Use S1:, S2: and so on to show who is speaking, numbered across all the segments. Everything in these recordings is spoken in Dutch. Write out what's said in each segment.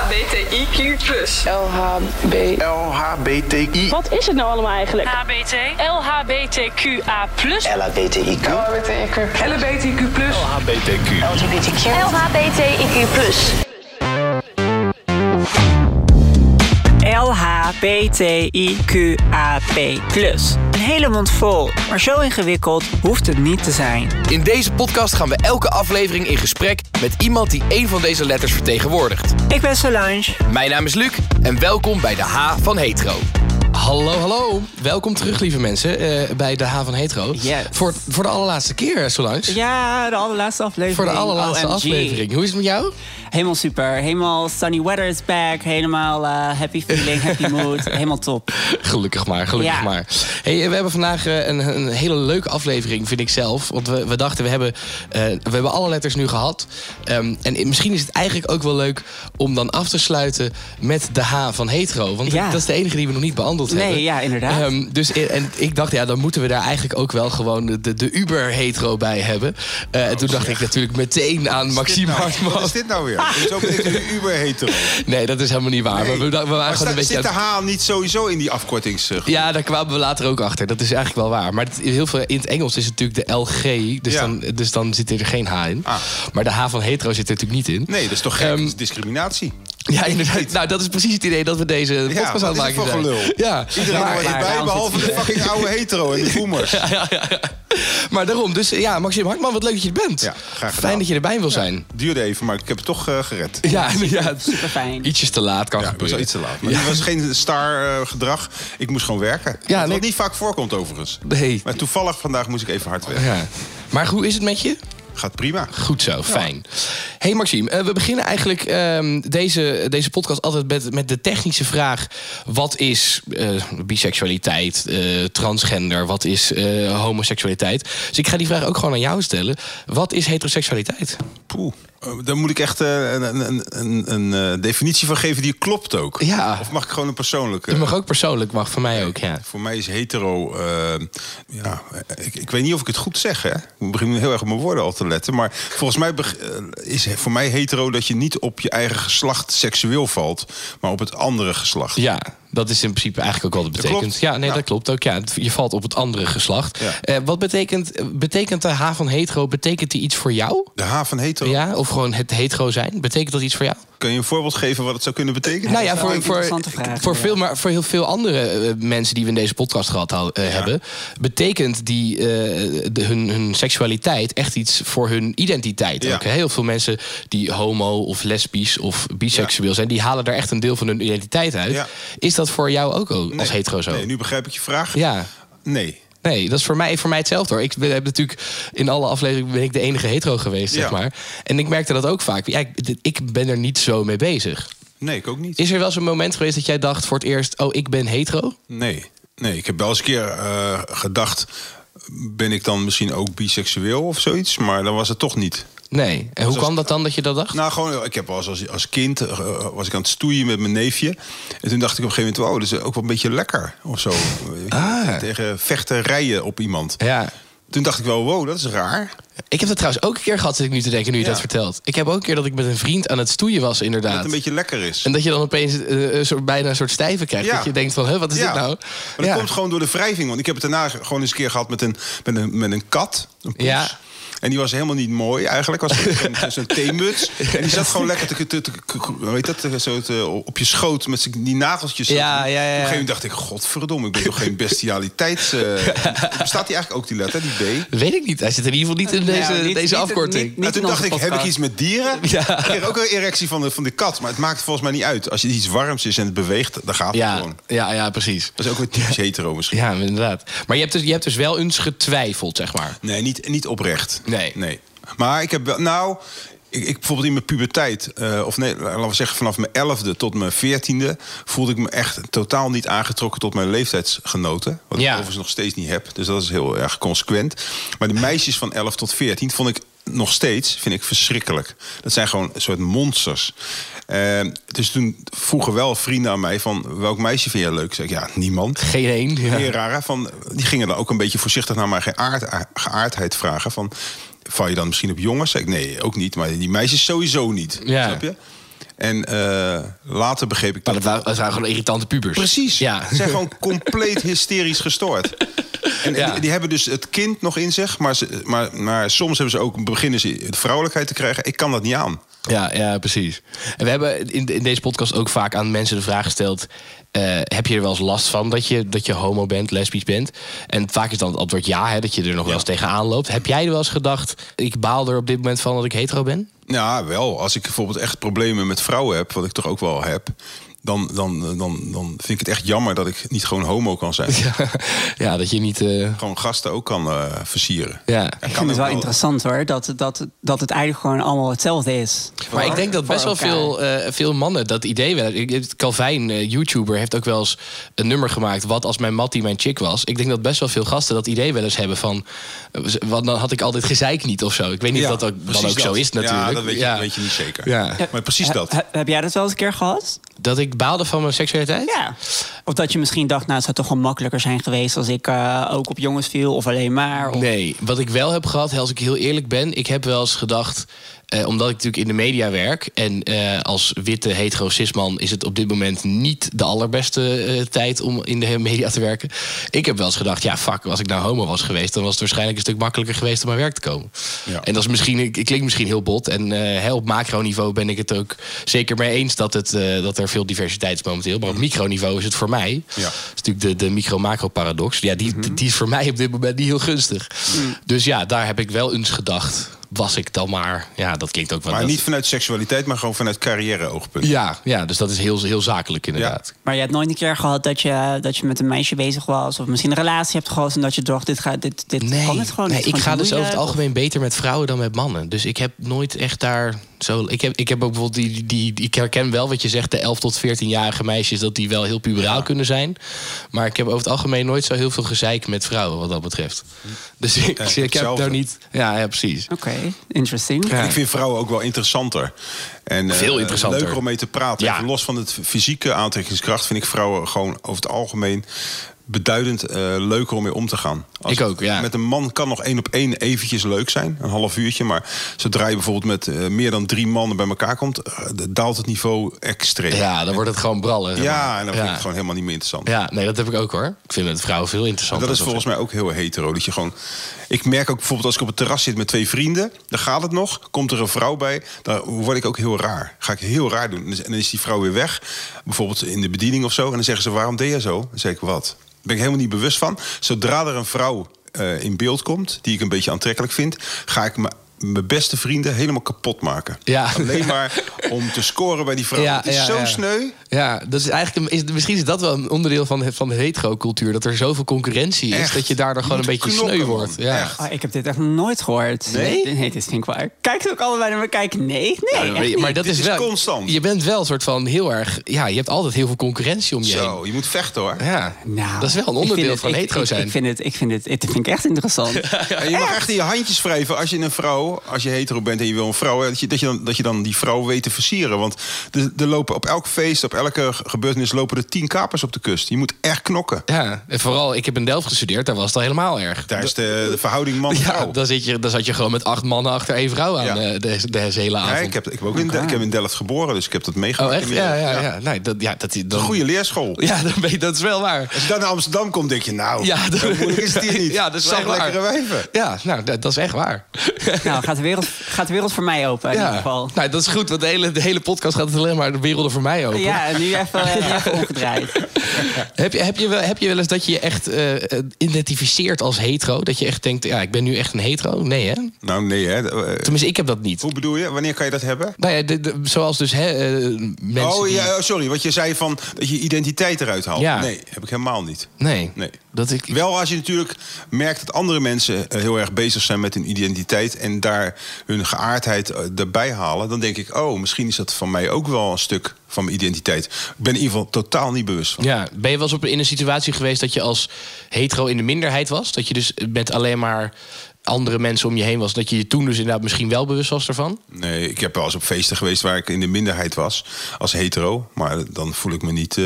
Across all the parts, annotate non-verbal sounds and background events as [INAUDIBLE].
S1: LHBTIQ+.
S2: LHB.
S3: LHBTI.
S4: Wat is het nou allemaal eigenlijk?
S5: HBT, LHBTQA+.
S3: LHBTIQ.
S2: LHBTIQ.
S1: LHBTQ+.
S3: LHBTQ.
S6: LHBTIQAP+. Een hele mond vol, maar zo ingewikkeld hoeft het niet te zijn.
S7: In deze podcast gaan we elke aflevering in gesprek met iemand die een van deze letters vertegenwoordigt.
S6: Ik ben Solange.
S7: Mijn naam is Luc en welkom bij de H van Hetero. Hallo, hallo. Welkom terug, lieve mensen, eh, bij de H van Hetero.
S6: Yes.
S7: Voor, voor de allerlaatste keer, eh, Solange.
S6: Ja, de allerlaatste aflevering.
S7: Voor de allerlaatste
S6: OMG.
S7: aflevering. Hoe is het met jou?
S6: Helemaal super. Helemaal sunny weather is back. Helemaal eh, happy feeling, happy mood. Helemaal top.
S7: Gelukkig maar, gelukkig
S6: Ja.
S7: maar. Hey, eh, we hebben vandaag eh, een, een hele leuke aflevering, vind ik zelf. Want we, we dachten, we hebben, eh, we hebben alle letters nu gehad. Ehm, en i- misschien is het eigenlijk ook wel leuk om dan af te sluiten met de H van hetero. Want
S6: Ja.
S7: dat is de enige die we nog niet behandeld
S6: Nee,
S7: hebben.
S6: ja, inderdaad.
S7: Ehm, dus i- en ik dacht, ja, dan moeten we daar eigenlijk ook wel gewoon de, de Uber-hetero bij hebben. Eh, en
S8: Oh,
S7: toen dacht ik natuurlijk meteen aan Maxime Hartman.
S8: Wat is dit
S7: [LAUGHS]
S8: nou weer? Dit is ook dit is een uber hetero.
S7: Nee, dat is helemaal niet waar. Maar we, da- we waren
S8: Maar
S7: gewoon
S8: sta-
S7: een beetje
S8: zit
S7: aan-
S8: de H niet sowieso in die afkortings... eh,
S7: Ja, daar kwamen we later ook achter. Dat is eigenlijk wel waar. Maar het- heel veel, in het Engels is het natuurlijk de LG. Dus,
S8: Ja.
S7: dan, dus dan zit er geen H in.
S8: Ah.
S7: Maar de H van hetero zit er natuurlijk niet in.
S8: Nee, dat is toch gek?
S7: Ehm,
S8: dat is
S7: [LAUGHS]
S8: discriminatie.
S7: ja, inderdaad. Nou, dat is precies het idee dat we deze podcast
S8: wat
S7: aan het
S8: is het
S7: maken
S8: voor
S7: zijn.
S8: gelul?
S7: Ja.
S8: Iedereen
S6: maar-
S8: hoort erbij,
S6: maar-
S8: behalve de fucking oude hetero en de boomers.
S7: [LAUGHS] Ja, ja, ja, ja. Maar daarom, dus ja, Maxime Hartman, wat leuk dat je er bent.
S8: Ja, graag gedaan.
S7: Fijn dat je erbij wil zijn.
S8: Duurde even, maar ik heb het toch eh, gered.
S7: Ja, ja,
S6: superfijn.
S7: Ietsjes te laat kan
S8: Ja, ik was
S7: gebeuren.
S8: wel iets te laat. Maar het was geen star eh, gedrag. Ik moest gewoon werken.
S7: Ja, nee.
S8: Wat niet vaak voorkomt overigens.
S7: Nee.
S8: Maar toevallig vandaag moest ik even hard werken.
S7: Ja. Maar hoe is het met je?
S8: Gaat prima.
S7: Goed zo, fijn. Hey Maxime, eh, we beginnen eigenlijk ehm, deze, deze podcast altijd met, met de technische vraag: wat is eh, biseksualiteit, eh, transgender, wat is eh, homoseksualiteit? Dus ik ga die vraag ook gewoon aan jou stellen. Wat is heteroseksualiteit?
S8: Poeh. Eh, Daar moet ik echt eh, een, een, een, een eh, definitie van geven die klopt ook.
S7: Ja.
S8: Of mag ik gewoon een persoonlijke?
S7: Het mag ook persoonlijk, mag voor mij ook, ja.
S8: Voor mij is hetero. eh, ja, ik, ik weet niet of ik het goed zeg. Hè? Ik begin nu heel erg op mijn woorden al te letten. Maar volgens mij beg- eh, is voor mij hetero dat je niet op je eigen geslacht seksueel valt, maar op het andere geslacht.
S7: Ja, dat is in principe eigenlijk ook wat het
S8: Dat
S7: betekent.
S8: klopt.
S7: Ja, nee,
S8: Ja.
S7: dat klopt ook. Ja, Het- je valt op het andere geslacht.
S8: Ja.
S7: Eh, wat betekent, betekent de H van hetero, betekent die iets voor jou?
S8: De H van hetero.
S7: Ja, of gewoon het hetero zijn? Betekent dat iets voor jou?
S8: Kun je een voorbeeld geven wat het zou kunnen betekenen?
S7: Nou ja,
S6: Dat is wel
S7: voor,
S6: een
S7: voor,
S6: interessante vraag,
S7: voor,
S6: ja.
S7: veel, maar voor heel veel andere eh, mensen die we in deze podcast gehad hou- eh, hebben, betekent die, eh, de, hun, hun seksualiteit echt iets voor hun identiteit.
S8: Ja.
S7: Ook, hè? Heel veel mensen die homo of lesbisch of biseksueel zijn, die halen daar echt een deel van hun identiteit uit.
S8: Ja.
S7: Is dat voor jou ook o-
S8: Nee.
S7: als hetero zo?
S8: Nee, nu begrijp ik je vraag.
S7: Ja.
S8: Nee.
S7: Nee, dat is voor mij, voor mij hetzelfde hoor. Ik ben, heb natuurlijk in alle afleveringen ben ik de enige hetero geweest, zeg
S8: Ja.
S7: maar. En ik merkte dat ook vaak. Ja, ik, ik ben er niet zo mee bezig.
S8: Nee, ik ook niet.
S7: Is er wel zo'n moment geweest dat jij dacht voor het eerst: oh, ik ben hetero?
S8: Nee. Nee, ik heb wel eens een keer eh, gedacht. Ben ik dan misschien ook biseksueel of zoiets? Maar dan was het toch niet.
S7: Nee. En hoe
S8: als-
S7: kwam dat dan dat je dat dacht?
S8: Nou, gewoon, ik heb wel eens als, als kind eh, was ik aan het stoeien met mijn neefje. En toen dacht ik op een gegeven moment, wow, dat is ook wel een beetje lekker of zo.
S7: Ah.
S8: Tegen vechten rijden op iemand.
S7: ja.
S8: Toen dacht ik wel, wow, dat is raar.
S7: Ik heb dat trouwens ook een keer gehad, zit ik nu te denken, nu je
S8: Ja.
S7: dat vertelt. Ik heb ook een keer dat ik met een vriend aan het stoeien was,
S8: Dat
S7: inderdaad.
S8: het een beetje lekker is.
S7: En dat je dan opeens eh, een soort, bijna een soort stijve krijgt.
S8: Ja.
S7: Dat je denkt van, hè, wat is
S8: ja.
S7: dit nou?
S8: Maar dat
S7: Ja.
S8: komt gewoon door de wrijving. Want ik heb het daarna gewoon eens een keer gehad met een, met een, met een kat. Een poes.
S7: Ja.
S8: En die was helemaal niet mooi eigenlijk. Was
S7: [LAUGHS]
S8: zo'n- zo'n theemuts. En die zat gewoon lekker te, te, te- weet dat, te- zo te- op je schoot met z'n- die nageltjes.
S7: Ja,
S8: Op een
S7: ja, ja, ja.
S8: gegeven moment dacht ik, godverdomme, ik ben toch geen
S7: [LAUGHS]
S8: bestialiteits... eh bestaat die eigenlijk ook, die letter, die B?
S7: Weet ik niet. Hij zit in ieder geval niet in deze,
S6: niet- niet-
S7: deze
S6: niet-
S7: afkorting.
S8: Maar
S6: niet- in
S8: Nou, toen
S6: onze
S8: dacht ik, heb ik
S6: podcast.
S8: iets met dieren?
S7: [LAUGHS] Ja.
S8: Ik kreeg ook een erectie van de, van de kat. Maar het maakt volgens mij niet uit. Als je iets warms is en het beweegt, dan gaat het
S7: ja,
S8: gewoon.
S7: ja, ja, precies.
S8: Dat is ook weer typisch hetero misschien.
S7: Ja, inderdaad. Maar je hebt, dus, je hebt dus wel eens getwijfeld, zeg maar.
S8: Nee, niet, niet oprecht.
S7: Nee.
S8: nee. Maar ik heb wel. Nou, ik, ik bijvoorbeeld in mijn puberteit, eh, of nee, laten we zeggen vanaf mijn elfde tot mijn veertiende, voelde ik me echt totaal niet aangetrokken tot mijn leeftijdsgenoten. Wat
S7: Ja.
S8: ik overigens nog steeds niet heb. Dus dat is heel erg consequent. Maar de meisjes van 11 tot 14 vond ik nog steeds vind ik verschrikkelijk. Dat zijn gewoon een soort monsters. Eh, dus toen vroegen wel vrienden aan mij van welk meisje vind jij leuk? Zeg ik ja niemand
S7: Geen één. Ja.
S8: leraren van, die gingen dan ook een beetje voorzichtig naar mijn geaard, geaardheid vragen. Van, val je dan misschien op jongens? Zeg ik, nee, ook niet. Maar die meisjes sowieso niet.
S7: Ja.
S8: Snap je? En eh, later begreep ik
S7: Maar
S8: dat.
S7: dat waren, dat waren gewoon irritante pubers.
S8: Precies.
S7: Ja.
S8: Ze zijn gewoon compleet hysterisch gestoord. En
S7: Ja.
S8: die, die hebben dus het kind nog in zich, maar, ze, maar, maar soms hebben ze ook beginnen ze de vrouwelijkheid te krijgen. Ik kan dat niet aan.
S7: Ja, ja, precies. En we hebben in, in deze podcast ook vaak aan mensen de vraag gesteld... eh, heb je er wel eens last van dat je, dat je homo bent, lesbisch bent? En vaak is dan het antwoord ja, hè, dat je er nog wel eens tegenaan loopt. Heb jij er wel eens gedacht, ik baal er op dit moment van dat ik hetero ben?
S8: Ja, wel. Als ik bijvoorbeeld echt problemen met vrouwen heb, wat ik toch ook wel heb, dan, dan, dan, dan vind ik het echt jammer dat ik niet gewoon homo kan zijn.
S7: [LAUGHS] ja, dat je niet... eh,
S8: Gewoon gasten ook kan eh, versieren.
S7: Ja. Ik
S8: kan
S7: vind
S6: Ik vind
S8: ook
S6: het wel interessant hoor, dat, dat, dat het eigenlijk gewoon allemaal hetzelfde is.
S7: Maar ik denk dat
S6: voor
S7: best wel
S6: elkaar.
S7: veel, eh, veel mannen dat idee wel hebben. Ik- ik- Calvin, eh, YouTuber, heeft ook wel eens een nummer gemaakt. Wat als mijn mattie mijn chick was. Ik denk dat best wel veel gasten dat idee wel eens hebben van... eh, z- Want dan had ik altijd gezeik niet of zo. Ik weet niet
S8: Ja,
S7: of dat ook, dan
S8: precies
S7: ook zo
S8: dat.
S7: is natuurlijk.
S8: Ja, dat weet je, weet je niet zeker.
S7: Ja.
S8: Maar precies
S6: He-
S8: dat.
S6: he- heb jij dat wel eens een keer gehad?
S7: Dat ik baalde van mijn seksualiteit?
S6: Ja. Of dat je misschien dacht, nou het zou toch wel makkelijker zijn geweest als ik eh, ook op jongens viel of alleen maar. Of...
S7: Nee, wat ik wel heb gehad, als ik heel eerlijk ben, ik heb wel eens gedacht, eh, omdat ik natuurlijk in de media werk en eh, als witte hetero cisman is het op dit moment niet de allerbeste eh, tijd om in de media te werken. Ik heb wel eens gedacht, ja fuck, als ik nou homo was geweest, dan was het waarschijnlijk een stuk makkelijker geweest om aan werk te komen.
S8: Ja.
S7: En dat is misschien, ik, ik klink misschien heel bot en eh, hè, op macroniveau ben ik het ook zeker mee eens dat, het, eh, dat er veel diversiteit is momenteel, maar op microniveau is het voor mij
S8: Ja. Mhm.
S7: is natuurlijk de, de micro-macro-paradox. Ja, die, die is voor mij op dit moment niet heel gunstig.
S8: Mm.
S7: Dus ja, daar heb ik wel eens gedacht. Was ik dan maar. Ja, dat klinkt ook wel.
S8: Maar
S7: dat-
S8: niet vanuit seksualiteit, maar gewoon vanuit carrière-oogpunt.
S7: ja, ja, dus dat is heel, heel zakelijk inderdaad.
S6: Maar je hebt nooit een keer gehad dat je, dat je met een meisje bezig was of misschien een relatie hebt gehad en dat je dacht, dit, gaat, dit, dit
S7: Nee,
S6: kan het gewoon
S7: nee
S6: niet.
S7: ik
S6: gewoon
S7: ga
S6: te
S7: dus over het
S6: moeilijk.
S7: algemeen beter met vrouwen dan met mannen. Dus ik heb nooit echt daar zo. Ik heb, ik heb ook bijvoorbeeld die, die, die- Ik herken wel wat je zegt, de 11 tot 14-jarige meisjes, dat die wel heel puberaal kunnen zijn. Maar ik heb over het algemeen nooit zo heel veel gezeik met vrouwen wat dat betreft. Dus ik, ik heb
S8: Hm. hetzelfde.
S7: daar niet. Ja, ja precies.
S6: Oké, interesting.
S7: Ja.
S8: Ik vind vrouwen ook wel interessanter. En, eh,
S7: Veel interessanter.
S8: Leuker om mee te praten.
S7: Ja.
S8: Even los van het fysieke aantrekkingskracht vind ik vrouwen gewoon over het algemeen beduidend eh, leuker om mee om te gaan.
S7: Ik ook, ja.
S8: Met een man kan nog één op één eventjes leuk zijn, een half uurtje. Maar zodra je bijvoorbeeld met eh, meer dan drie mannen bij elkaar komt, eh, daalt het niveau extreem.
S7: Ja, dan wordt het gewoon brallen. zeg
S8: Ja,
S7: maar.
S8: en dan vind ik het gewoon helemaal niet meer interessant.
S7: Ja, nee, dat heb ik ook hoor. Ik vind het vrouwen veel interessanter.
S8: Dat is volgens mij ook heel hetero. Dat je gewoon, ik merk ook bijvoorbeeld als ik op het terras zit met twee vrienden, dan gaat het nog. Komt er een vrouw bij, dan word ik ook heel raar. Ga ik heel raar doen. En dan is die vrouw weer weg, bijvoorbeeld in de bediening of zo. En dan zeggen ze: waarom deed je zo? Dan zeg ik wat. Daar ben ik helemaal niet bewust van. Zodra er een vrouw eh, in beeld komt, die ik een beetje aantrekkelijk vind, ga ik me. Mijn beste vrienden helemaal kapot maken.
S7: Ja.
S8: Alleen maar om te scoren bij die vrouw.
S7: Ja,
S8: het is
S7: ja,
S8: zo
S7: ja.
S8: sneu.
S7: Ja, dat is eigenlijk een- is, misschien is dat wel een onderdeel van, van de hetero-cultuur. Dat er zoveel concurrentie is,
S8: Echt.
S7: dat je daardoor gewoon een
S8: Je moet
S7: beetje
S8: knokken,
S7: sneu
S8: man.
S7: wordt. Ja.
S8: Echt.
S6: Oh, ik heb dit echt nog nooit gehoord.
S7: Nee?
S6: Nee, dit vind ik wel. Kijk het ook allebei naar me kijken. Nee, nee.
S7: Ja,
S6: echt
S7: maar, maar dat
S8: Dit
S7: is
S8: is
S7: wel
S8: constant.
S7: Je bent wel een soort van heel erg. Ja, je hebt altijd heel veel concurrentie om je
S8: Zo, je moet vechten hoor.
S7: heen. Ja,
S6: Nou,
S7: dat is wel een
S6: ik vind
S7: onderdeel
S6: het-
S7: van
S6: ik-
S7: hetero
S6: ik-
S7: zijn.
S6: Ik, vind het, ik vind het, dit vind ik echt
S7: [LAUGHS]
S6: interessant.
S8: En je mag echt in je handjes wrijven als je een vrouw, als je hetero bent en je wil een vrouw, hè, dat je, dat je, dan, dat je dan die vrouw weet te versieren. Want er er lopen op elk feest, op elke ge- gebeurtenis lopen er tien kapers op de kust. Je moet echt knokken.
S7: ja, en vooral, ik heb in Delft gestudeerd, daar was het al helemaal erg.
S8: Daar is de, de verhouding
S7: ja,
S8: man-vrouw.
S7: dan, zit je, dan zat je gewoon met acht mannen achter één vrouw aan
S8: Ja.
S7: eh, deze, deze hele
S8: Ja,
S7: avond.
S8: ik, heb, ik, heb ook in, Del- ik heb in Delft geboren, dus ik heb dat meegemaakt.
S7: Oh, echt? Ja,
S8: inmiddels.
S7: ja, ja. Nee, dat, ja, dat,
S8: Een
S7: dan,
S8: goede leerschool.
S7: Ja, [LAUGHS] dan ben je- dat is wel waar.
S8: Als je dan naar Amsterdam komt, denk je, nou,
S7: Ja,
S8: zo moeilijk is het hier niet.
S7: [LAUGHS] Ja, dat is wel
S8: Zat
S7: echt waar.
S8: lekkere wijven.
S7: Ja, nou, dat, dat is echt waar.
S6: nou, gaat de, wereld, gaat de wereld voor mij open in
S7: ja.
S6: ieder geval.
S7: Nou, dat is goed, want de hele, de hele podcast gaat het alleen maar de werelden voor mij open.
S6: Ja, nu even, nu even omgedraaid.
S7: [LAUGHS] Heb, je, heb, je wel, heb je wel eens dat je je echt eh, eh, identificeert als hetero? Dat je echt denkt, ja, ik ben nu echt een hetero? Nee, hè?
S8: Nou, nee, hè. Eh,
S7: Tenminste, ik heb dat niet.
S8: Hoe bedoel je? Wanneer kan je dat hebben?
S7: Nou ja, de- de- zoals dus hè, eh, mensen
S8: Oh,
S7: die-
S8: ja, oh, sorry, wat je zei van dat je identiteit eruit haalt.
S7: Ja.
S8: Nee, heb ik helemaal niet.
S7: Nee.
S8: Nee.
S7: Dat ik,
S8: Wel als je natuurlijk merkt dat andere mensen eh, heel erg bezig zijn met hun identiteit en daar hun geaardheid eh, erbij halen, dan denk ik, oh, misschien is dat van mij ook wel een stuk van mijn identiteit. Ik ben in ieder geval totaal niet bewust van.
S7: Ja, ben je wel eens op, in een situatie geweest dat je als hetero in de minderheid was? Dat je dus met alleen maar andere mensen om je heen was. Dat je je toen dus inderdaad misschien wel bewust was daarvan?
S8: Nee, ik heb wel eens op feesten geweest waar ik in de minderheid was als hetero, maar dan voel ik me niet eh,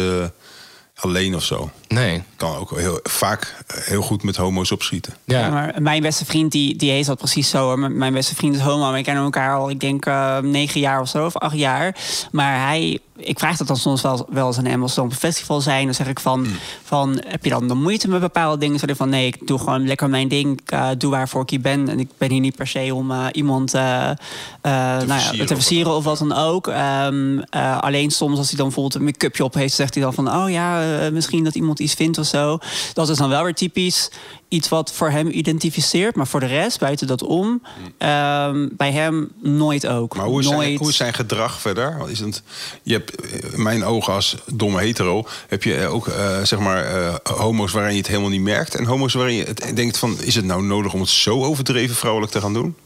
S8: alleen of zo.
S7: Nee.
S8: Kan ook heel, vaak eh, heel goed met homo's opschieten.
S7: Ja.
S6: Ja, maar mijn beste vriend, die, die heet dat precies zo. hoor. M- Mijn beste vriend is homo. We kennen elkaar al, ik denk, eh, negen jaar of zo, of acht jaar. Maar hij, ik vraag dat dan soms wel, wel eens aan hem als we op een festival zijn. Dan zeg ik van,
S8: Mm.
S6: van, heb je dan de moeite met bepaalde dingen? Zeg ik van, nee, ik doe gewoon lekker mijn ding. Ik, eh, doe waarvoor ik hier ben. En ik ben hier niet per se om eh, iemand eh, eh, nou ja,
S8: versieren
S6: te
S8: of
S6: versieren of wat dan ook. Ehm, eh, alleen soms als hij dan bijvoorbeeld een make-upje op heeft, zegt hij dan van, oh ja, eh, misschien dat iemand iets vindt of zo. Dat is dan wel weer typisch iets wat voor hem identificeert, maar voor de rest, buiten dat om, ehm, bij hem nooit ook.
S8: Maar hoe is,
S6: nooit.
S8: zijn, hoe is zijn gedrag verder? Want Is het, je hebt, eh, in mijn ogen als domme hetero heb je eh, ook eh, zeg maar eh, homo's waarin je het helemaal niet merkt. En homo's waarin je het denkt van is het nou nodig om het zo overdreven vrouwelijk te gaan doen?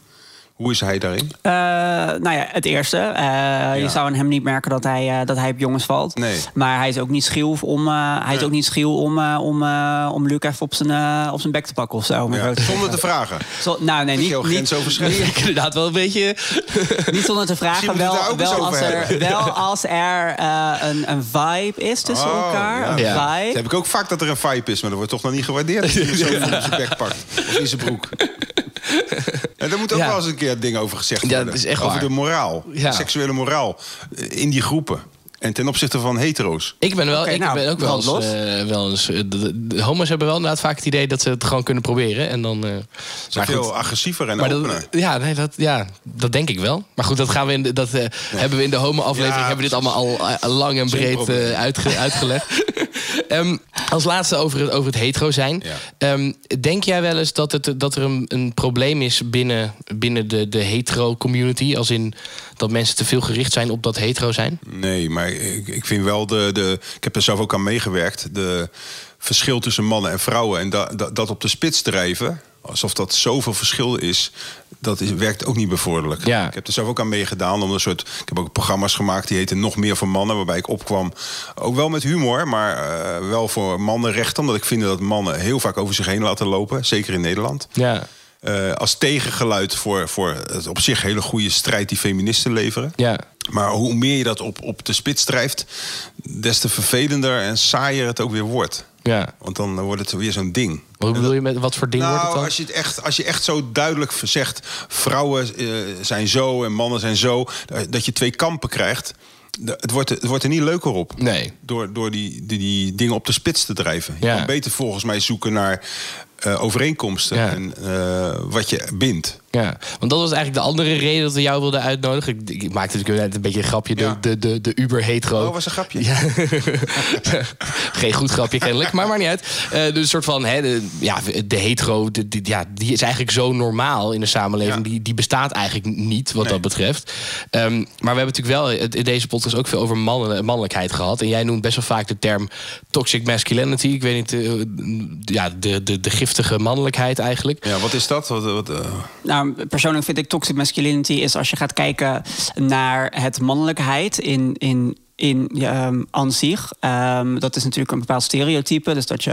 S8: Hoe is hij daarin?
S6: Eh, nou ja, het eerste. Eh, Je zou aan hem niet merken dat hij, eh, dat hij op jongens valt.
S8: Nee.
S6: Maar hij is ook niet schiel om, eh, hij is ook niet schiel om, eh, om, eh, om Luc even op zijn, eh, op zijn bek te pakken of zo. om het zo
S8: Ja,
S6: te
S8: zonder
S6: zeggen.
S8: te vragen.
S6: Zo- nou, nee,
S8: Vind je
S6: niet,
S8: heel
S6: niet,
S7: [LAUGHS]
S8: grensoverschrijdend?
S7: Ik inderdaad wel een beetje...
S6: Niet zonder te
S8: Misschien
S6: vragen,
S8: moeten we het
S6: wel,
S8: daar ook
S6: wel,
S8: eens
S6: als
S8: over
S6: er, wel als er eh, een, een vibe is tussen
S8: Oh,
S6: elkaar.
S8: ja.
S6: Een
S7: Ja.
S8: Dat
S6: vibe.
S8: heb ik ook vaak dat er een vibe is, maar dat wordt toch nog niet gewaardeerd.
S7: [LAUGHS]
S8: Als je zo iemand op zijn bek pakt of in zijn broek. En daar moet ook
S7: Ja.
S8: wel eens een keer het ding over gezegd
S7: Ja,
S8: worden.
S7: dat is echt
S8: over
S7: waar.
S8: de moraal,
S7: Ja.
S8: de seksuele moraal eh, in die groepen. En ten opzichte van hetero's.
S7: Ik ben, wel,
S6: Oké,
S7: ik
S6: nou,
S7: ben ook wel eens...
S6: brand los.
S7: eh, wel eens eh, de, de homo's hebben wel inderdaad vaak het idee dat ze het gewoon kunnen proberen. En dan... eh,
S8: Zijn
S7: maar goed.
S8: veel agressiever en
S7: Maar
S8: opener.
S7: dat, ja, nee, dat, ja, dat denk ik wel. Maar goed, dat, gaan we in de, dat eh, hebben we in de homo-aflevering...
S8: Ja,
S7: hebben we dit allemaal al eh, lang en
S8: Geen
S7: breed
S8: probleem.
S7: eh, uitge-
S8: [LAUGHS]
S7: uitgelegd. Ehm, als laatste over het, over het hetero zijn.
S8: Ja.
S7: Ehm, denk jij wel eens dat, het, dat er een, een probleem is binnen, binnen de, de hetero-community? Als in dat mensen te veel gericht zijn op dat hetero zijn?
S8: Nee, maar ik, ik vind wel de, de. Ik heb er zelf ook aan meegewerkt. De verschil tussen mannen en vrouwen. En da, da- dat op de spits drijven. Alsof dat zoveel verschil is. Dat is, werkt ook niet bevorderlijk.
S7: Ja.
S8: Ik heb er zelf ook aan meegedaan. Om een soort, ik heb ook programma's gemaakt die heten Nog meer voor mannen. Waarbij ik opkwam. Ook wel met humor. Maar eh, wel voor mannenrecht. Omdat ik vind dat mannen heel vaak over zich heen laten lopen. Zeker in Nederland.
S7: Ja,
S8: Eh, als tegengeluid voor, voor het op zich hele goede strijd die feministen leveren.
S7: ja.
S8: Maar hoe meer je dat op, op de spits drijft, des te vervelender en saaier het ook weer wordt.
S7: ja.
S8: Want dan wordt het weer zo'n ding.
S7: Wat bedoel je met wat voor ding wordt het
S8: Nou,
S7: dan?
S8: als je, het echt, als je echt zo duidelijk zegt... vrouwen eh, zijn zo en mannen zijn zo... eh, dat je twee kampen krijgt... d- het wordt, er- het wordt er niet leuker op.
S7: Nee.
S8: Door, door die, die, die dingen op de spits te drijven. Je
S7: Ja.
S8: kan beter volgens mij zoeken naar eh, overeenkomsten...
S7: Ja.
S8: en eh, wat je bindt.
S7: Ja, want dat was eigenlijk de andere reden dat we jou wilden uitnodigen. Ik, ik maakte natuurlijk net een beetje een grapje, de,
S8: Ja.
S7: de, de, de uber-hetero.
S8: Oh, was een grapje.
S7: Ja. [LAUGHS] geen goed grapje kennelijk, maar maakt niet uit. Eh, dus een soort van, hè, de, ja, de hetero, de, die- ja, die is eigenlijk zo normaal in de samenleving.
S8: Ja.
S7: Die, die bestaat eigenlijk niet, wat
S8: Nee.
S7: dat betreft. Ehm, maar we hebben natuurlijk wel het- in deze podcast ook veel over mannen, mannelijkheid gehad. En jij noemt best wel vaak de term toxic masculinity. Ik weet niet, eh, ja, de, de, de giftige mannelijkheid eigenlijk.
S8: Ja, wat is dat? Wat, wat, eh,
S6: Nou, persoonlijk vind ik toxic masculinity is als je gaat kijken naar het mannelijkheid in. in in ehm, aan zich. Ehm, dat is natuurlijk een bepaald stereotype. Dus dat je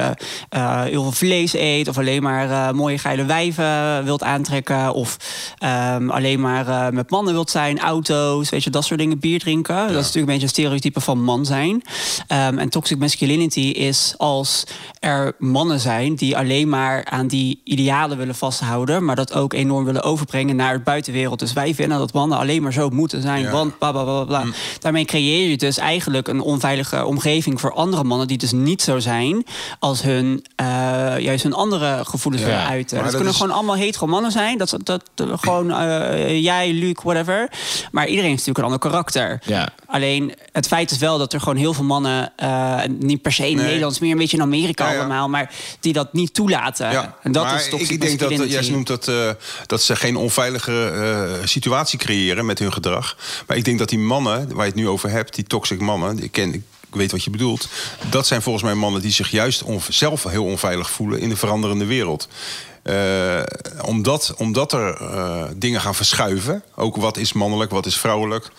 S6: eh, heel veel vlees eet... of alleen maar eh, mooie geile wijven wilt aantrekken... of ehm, alleen maar eh, met mannen wilt zijn, auto's, weet je, dat soort dingen, bier drinken. Dat is natuurlijk een beetje een stereotype van man zijn. Ehm, en toxic masculinity is als er mannen zijn... die alleen maar aan die idealen willen vasthouden... maar dat ook enorm willen overbrengen naar het buitenwereld. Dus wij vinden dat mannen alleen maar zo moeten zijn,
S8: Ja. Mm.
S6: want bla bla bla bla, bla. Daarmee creëer je dus eigenlijk een onveilige omgeving voor andere mannen die dus niet zo zijn als hun eh, juist hun andere gevoelens
S8: Ja,
S6: willen
S8: maar
S6: uiten. Dat,
S8: dat
S6: kunnen
S8: is-
S6: gewoon allemaal hetero mannen zijn. Dat, dat, dat- gewoon eh, jij, Luc, whatever. Maar iedereen heeft natuurlijk een ander karakter.
S7: Ja.
S6: Alleen het feit is wel dat er gewoon heel veel mannen, eh, niet per se in Nederland, meer een beetje in Amerika
S8: Ja, ja.
S6: allemaal, maar die dat niet toelaten.
S8: Ja,
S6: eh, en dat
S8: maar
S6: is toch
S8: ik denk dat eh, jij noemt dat, eh, dat ze geen onveilige eh, situatie creëren met hun gedrag. Maar ik denk dat die mannen waar je het nu over hebt, die toxic mannen, ik ken. Ik weet wat je bedoelt. Dat zijn volgens mij mannen die zich juist on- zelf heel onveilig voelen in de veranderende wereld. Eh, omdat, omdat er eh, dingen gaan verschuiven. Ook wat is mannelijk, wat is vrouwelijk.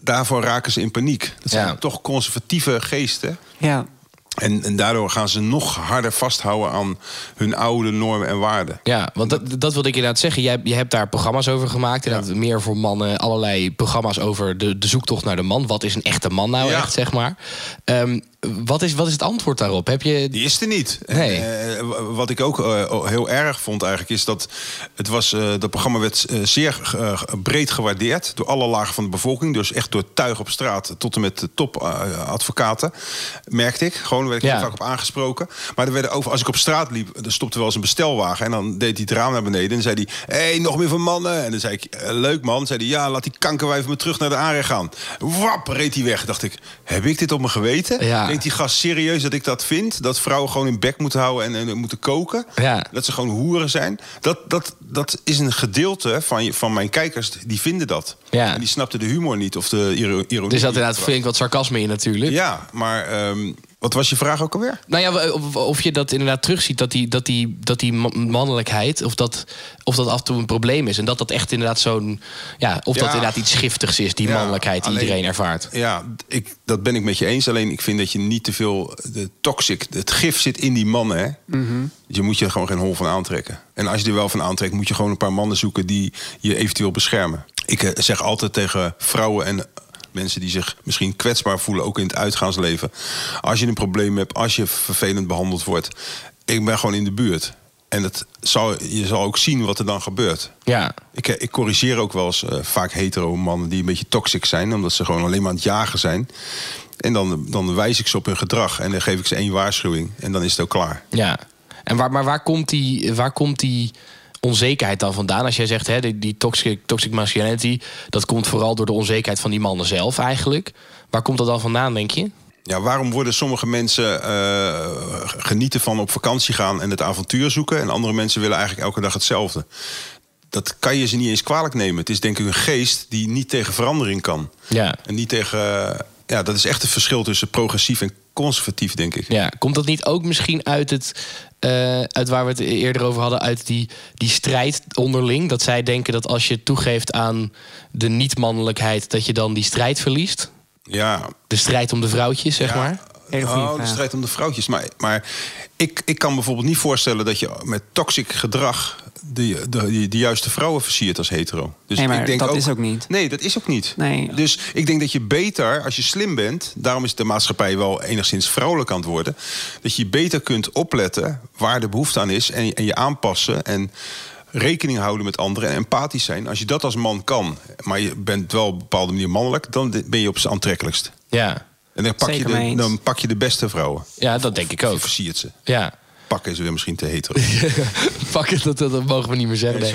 S8: Daarvoor raken ze in paniek. Dat zijn
S7: Ja.
S8: toch conservatieve geesten.
S6: Ja.
S8: En, en daardoor gaan ze nog harder vasthouden aan hun oude normen en waarden.
S7: Ja, want dat, dat wilde ik inderdaad zeggen. Jij, je hebt daar programma's over gemaakt. Inderdaad, meer voor mannen. Allerlei programma's over de, de zoektocht naar de man. Wat is een echte man nou
S8: Ja.
S7: echt, zeg maar. Ehm, wat, is, wat is het antwoord daarop? Heb je...
S8: Die is er niet.
S7: eh, Nee.
S8: En, eh, w- wat ik ook eh, heel erg vond eigenlijk is dat het was, eh, dat programma werd eh, zeer eh, breed gewaardeerd door alle lagen van de bevolking. Dus echt door tuig op straat tot en met de topadvocaten, merkte ik. Gewoon werd ik
S7: Ja.
S8: heel vaak op aangesproken. Maar er werden over, als ik op straat liep, er stopte wel eens een bestelwagen en dan deed hij het raam naar beneden en zei hij, hé, hey, nog meer van mannen. En dan zei ik, "Eh, leuk man. zei hij, ja, laat die kankerwijf me terug naar de aanrecht gaan. Wap, reed hij weg. Dacht ik, heb ik dit op mijn geweten?
S7: Ja.
S8: Denkt die gast serieus dat ik dat vind? Dat vrouwen gewoon in bek moeten houden en, en moeten koken?
S7: Ja.
S8: Dat ze gewoon hoeren zijn? Dat, dat, dat is een gedeelte van, je- van mijn kijkers, die vinden dat.
S7: Ja.
S8: En die snapten de humor niet of de iro- ironie.
S7: Er zat
S8: niet.
S7: inderdaad flink wat sarcasme in natuurlijk.
S8: Ja, maar ehm, wat was je vraag ook alweer?
S7: Nou ja, of, of je dat inderdaad terugziet, dat die, dat die, dat die ma- mannelijkheid, of dat, of dat af en toe een probleem is. En dat dat echt inderdaad zo'n, ja, of
S8: Ja.
S7: dat inderdaad iets giftigs is, die
S8: Ja,
S7: mannelijkheid die
S8: alleen-
S7: iedereen ervaart.
S8: Ja, ik, dat ben ik met je eens. Alleen ik vind dat je niet te veel de toxic, het gif zit in die mannen. Hè? Dus je moet je er gewoon geen hol van aantrekken. En als je er wel van aantrekt, moet je gewoon een paar mannen zoeken die je eventueel beschermen. Ik eh, zeg altijd tegen vrouwen en mensen die zich misschien kwetsbaar voelen, ook in het uitgaansleven. Als je een probleem hebt, als je vervelend behandeld wordt, ik ben gewoon in de buurt. En dat zal, je zal ook zien wat er dan gebeurt.
S7: Ja,
S8: Ik, eh, ik corrigeer ook wel eens eh, vaak hetero mannen die een beetje toxic zijn, omdat ze gewoon alleen maar aan het jagen zijn. En dan, dan wijs ik ze op hun gedrag en dan geef ik ze één waarschuwing en dan is het ook klaar.
S7: ja. En waar, maar waar komt, die, waar komt die onzekerheid dan vandaan? Als jij zegt, hè, die, die toxic, toxic masculinity, dat komt vooral door de onzekerheid van die mannen zelf eigenlijk. Waar komt dat dan vandaan, denk je?
S8: Ja, waarom worden sommige mensen eh, genieten van op vakantie gaan en het avontuur zoeken en andere mensen willen eigenlijk elke dag hetzelfde? Dat kan je ze niet eens kwalijk nemen. Het is denk ik een geest die niet tegen verandering kan.
S7: Ja.
S8: En niet tegen. eh, ja, dat is echt het verschil tussen progressief en conservatief, denk ik.
S7: Ja, komt dat niet ook misschien uit het, eh, uit waar we het eerder over hadden, uit die, die strijd onderling? Dat zij denken dat als je toegeeft aan de niet-mannelijkheid, dat je dan die strijd verliest?
S8: Ja,
S7: De strijd om de vrouwtjes, zeg
S8: Ja,
S7: maar.
S6: Hele goeie
S8: Oh, de
S6: vraag.
S8: strijd om de vrouwtjes. Maar, maar ik, ik kan bijvoorbeeld niet voorstellen dat je met toxic gedrag de, de, de, de juiste vrouwen versiert als hetero. Dus
S6: Nee, maar
S8: ik denk
S6: dat is ook niet.
S8: Nee, dat is ook niet.
S6: Nee.
S8: Dus ik denk dat je beter, als je slim bent, daarom is de maatschappij wel enigszins vrouwelijk aan het worden, dat je beter kunt opletten waar de behoefte aan is en, en je aanpassen en rekening houden met anderen en empathisch zijn. Als je dat als man kan, maar je bent wel op een bepaalde manier mannelijk, dan ben je op zijn aantrekkelijkst.
S7: Ja.
S8: En dan pak, je
S6: Zeker mee
S8: de,
S6: eens.
S8: dan pak je de beste vrouwen.
S7: ja, dat denk ik
S8: Je
S7: ook.
S8: versiert ze.
S7: Ja.
S8: Pakken ze weer misschien te hetero.
S7: [LAUGHS] Fuck it, dat, dat, dat mogen we niet meer zeggen. nee.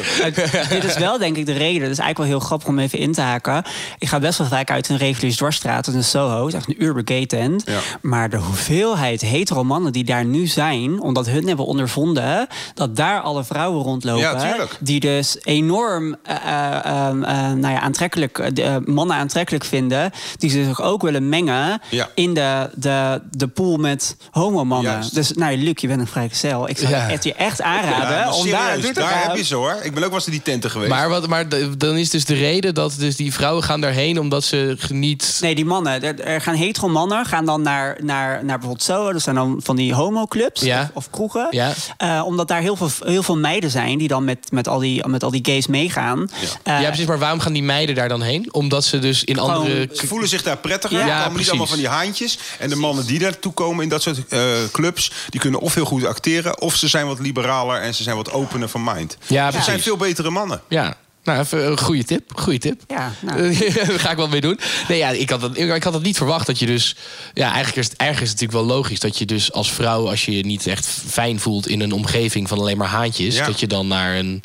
S6: Maar [LAUGHS] dit is wel denk ik de reden. Dat is eigenlijk wel heel grappig om even in te haken. Ik ga best wel vaak uit een Revolutie Dwarsstraat, dat is een Soho, het is echt een uber gay tent.
S8: Ja.
S6: Maar de hoeveelheid hetero mannen die daar nu zijn, omdat hun hebben ondervonden dat daar alle vrouwen rondlopen,
S8: Ja, tuurlijk.
S6: die dus enorm eh, eh, ehm, eh, nou ja, aantrekkelijk, eh, de, eh, mannen aantrekkelijk vinden, die zich ook willen mengen
S8: Ja.
S6: in de, de, de pool met homomannen.
S8: Juist.
S6: Dus nou, Luc, je bent een vrijgezel. Ik zou
S7: Ja.
S6: het je echt aanraden
S8: maar
S6: om
S8: serieus,
S6: daar naartoe te
S8: daar
S6: gaan.
S8: heb je ze hoor. Ik ben ook wel eens in die tenten geweest.
S7: Maar, wat, maar d- dan is dus de reden dat dus die vrouwen gaan daarheen omdat ze g- niet...
S6: Nee, die mannen. Er, er gaan hetero mannen gaan dan naar, naar, naar bijvoorbeeld zo. Dat zijn dan van die homoclubs
S7: Ja.
S6: of, of kroegen.
S7: Ja.
S6: Eh, omdat daar heel veel, heel veel meiden zijn die dan met, met, al, die, met al die gays meegaan. Eh,
S7: Ja, precies, maar waarom gaan die meiden daar dan heen? Omdat ze dus in
S6: Gewoon-
S7: andere...
S8: ze voelen zich daar prettiger.
S7: Ja,
S8: Ja, komen
S7: precies.
S8: niet allemaal van die haantjes. En de mannen die daartoe komen in dat soort eh, clubs... die kunnen of heel goed acteren... of ze zijn wat liberaler en ze zijn wat opener van mind.
S7: Ja,
S8: ze zijn
S7: precies.
S8: veel betere mannen.
S7: Ja. Nou, even een goede tip. Goede tip.
S6: Ja, nou.
S7: [LAUGHS] Daar ga ik wel mee doen. Nee, ja, ik had, dat, ik, ik had dat niet verwacht dat je dus... Ja, eigenlijk is, het, ergens is het natuurlijk wel logisch dat je dus als vrouw... als je je niet echt fijn voelt in een omgeving van alleen maar haantjes...
S8: Ja.
S7: dat je dan naar een...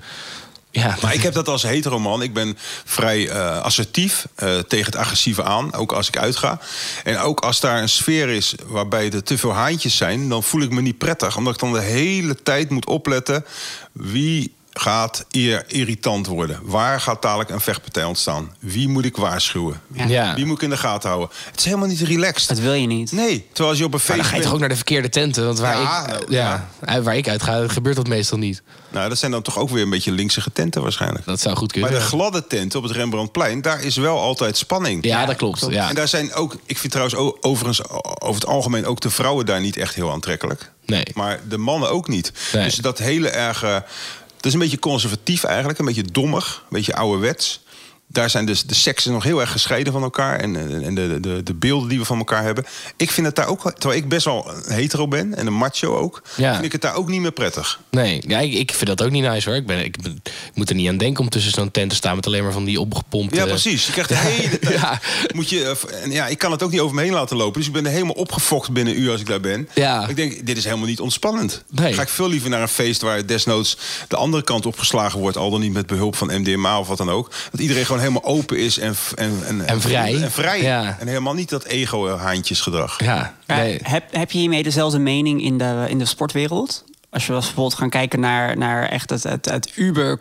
S7: Ja,
S8: Maar ik heb dat als hetero man. Ik ben vrij eh, assertief eh, tegen het agressieve aan, ook als ik uitga. En ook als daar een sfeer is waarbij er te veel haantjes zijn, dan voel ik me niet prettig. Omdat ik dan de hele tijd moet opletten wie gaat ir- irritant worden? Waar gaat dadelijk een vechtpartij ontstaan? Wie moet ik waarschuwen?
S6: Ja.
S7: Ja.
S8: Wie moet ik in de gaten houden? Het is helemaal niet relaxed.
S6: Dat wil je niet.
S8: Nee, terwijl als je op een
S7: Maar
S8: feest
S7: dan ga je toch ook
S8: bent-
S7: naar de verkeerde tenten? Want waar,
S8: Ja,
S7: ik,
S8: nou,
S7: ja, waar ik uit ga, gebeurt dat meestal niet.
S8: Nou, dat zijn dan toch ook weer een beetje linkse tenten waarschijnlijk.
S7: Dat zou goed
S8: Maar
S7: kunnen.
S8: de gladde tent op het Rembrandtplein, daar is wel altijd spanning.
S7: ja, dat klopt. Ja.
S8: En daar zijn ook, ik vind trouwens o- overigens o- over het algemeen ook de vrouwen daar niet echt heel aantrekkelijk.
S7: Nee.
S8: Maar de mannen ook niet.
S7: Nee.
S8: Dus dat hele erg. Het is een beetje conservatief eigenlijk, een beetje dommig, een beetje ouderwets. Daar zijn dus de seksen nog heel erg gescheiden van elkaar. En, eh, en de, de, de beelden die we van elkaar hebben. Ik vind het daar ook, terwijl ik best wel een hetero ben en een macho ook,
S7: Ja.
S8: vind ik het daar ook niet meer prettig.
S7: Nee, ja, ik, ik vind dat ook niet nice hoor. Ik, ben, ik, ben- ik moet er niet aan denken om tussen zo'n tent te staan met alleen maar van die opgepompte...
S8: Ja, precies. Je krijgt
S7: [LAUGHS]
S8: de hele tijd.
S7: Eh, Ja.
S8: Moet je, eh, v- en ja, ik kan het ook niet over me heen laten lopen. Dus ik ben er helemaal opgefokt binnen u als ik daar ben.
S7: Ja.
S8: Ik denk, dit is helemaal niet ontspannend.
S7: Nee.
S8: Ga ik veel liever naar een feest waar desnoods de andere kant opgeslagen wordt. Al dan niet met behulp van MDMA of wat dan ook. Dat iedereen gewoon helemaal open is en, v- en, en,
S7: En vrij.
S8: En, vrij.
S7: Ja.
S8: en helemaal niet dat ego-haantjesgedrag.
S7: Ja,
S6: Maar
S7: nee.
S6: heb, heb je hiermee dezelfde mening in de, in de sportwereld? Als je was bijvoorbeeld gaan kijken naar, naar echt het, het, het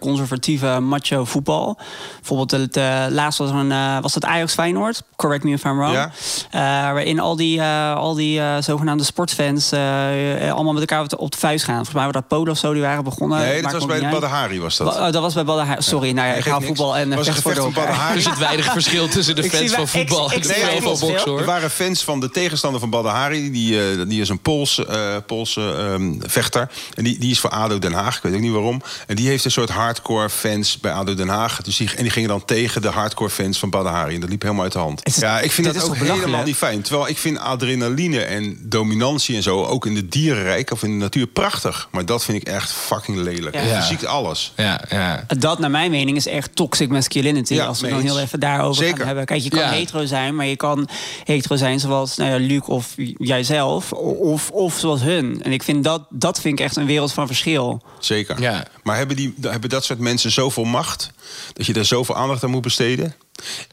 S6: uber-conservatieve macho voetbal. Bijvoorbeeld het, eh, laatst was, er een, eh, was het Ajax Feyenoord, correct me if I'm wrong.
S8: Ja.
S6: Eh, waarin al die, eh, al die eh, zogenaamde sportfans eh, eh, allemaal met elkaar op de- op de vuist gaan. Volgens mij waren dat Polo of zo die waren begonnen.
S8: Nee, dat
S6: Maakt
S8: was
S6: ook
S8: bij
S6: niet uit.
S8: Badahari was dat.
S6: Wa- oh, dat was bij Badahari. Sorry, nou ja,
S8: Nee,
S6: ik
S8: geeft
S6: haal
S8: niks.
S6: voetbal en
S8: Het
S6: eh,
S8: was een
S6: vechtsport
S8: gevecht
S6: door
S8: van
S6: elkaar.
S8: Badahari.
S7: Er zit weinig verschil tussen de
S6: Ik
S7: fans
S6: zie
S7: van
S6: wel- ik-
S7: voetbal en
S6: ik
S7: de
S6: zie
S7: fans
S6: wel
S7: van
S6: veel.
S7: boksen
S8: Er
S7: hoor.
S8: waren fans van de tegenstander van Badahari. Die, eh, die is een Poolse, eh, Poolse ehm, vechter. En die, die is voor ADO Den Haag. Ik weet ook niet waarom. En die heeft een soort hardcore fans bij ADO Den Haag. Dus die, en die gingen dan tegen de hardcore fans van Badahari. En dat liep helemaal uit de hand.
S6: Het is-
S8: ja, ik vind dat
S6: dit is
S8: ook
S6: toch belachelijk?
S8: helemaal niet fijn. Terwijl ik vind adrenaline en dominantie en zo... ook in de dierenrijk of in de natuur prachtig. Maar dat vind ik echt fucking lelijk.
S6: Ja.
S8: Fysiek alles.
S7: Ja, ja.
S6: Dat, naar mijn mening, is echt toxic masculinity.
S8: Ja,
S6: als we
S8: mee
S6: dan
S8: eens.
S6: heel even daarover
S8: Zeker.
S6: gaan hebben. Kijk, je kan
S7: Ja.
S6: hetero zijn, maar je kan hetero zijn zoals nou ja, Luc of j- jijzelf. o- Of, of zoals hun. En ik vind dat, dat vind ik echt een wereld van verschil.
S8: Zeker.
S7: Ja.
S8: Maar hebben, die, hebben dat soort mensen zoveel macht dat je daar zoveel aandacht aan moet besteden?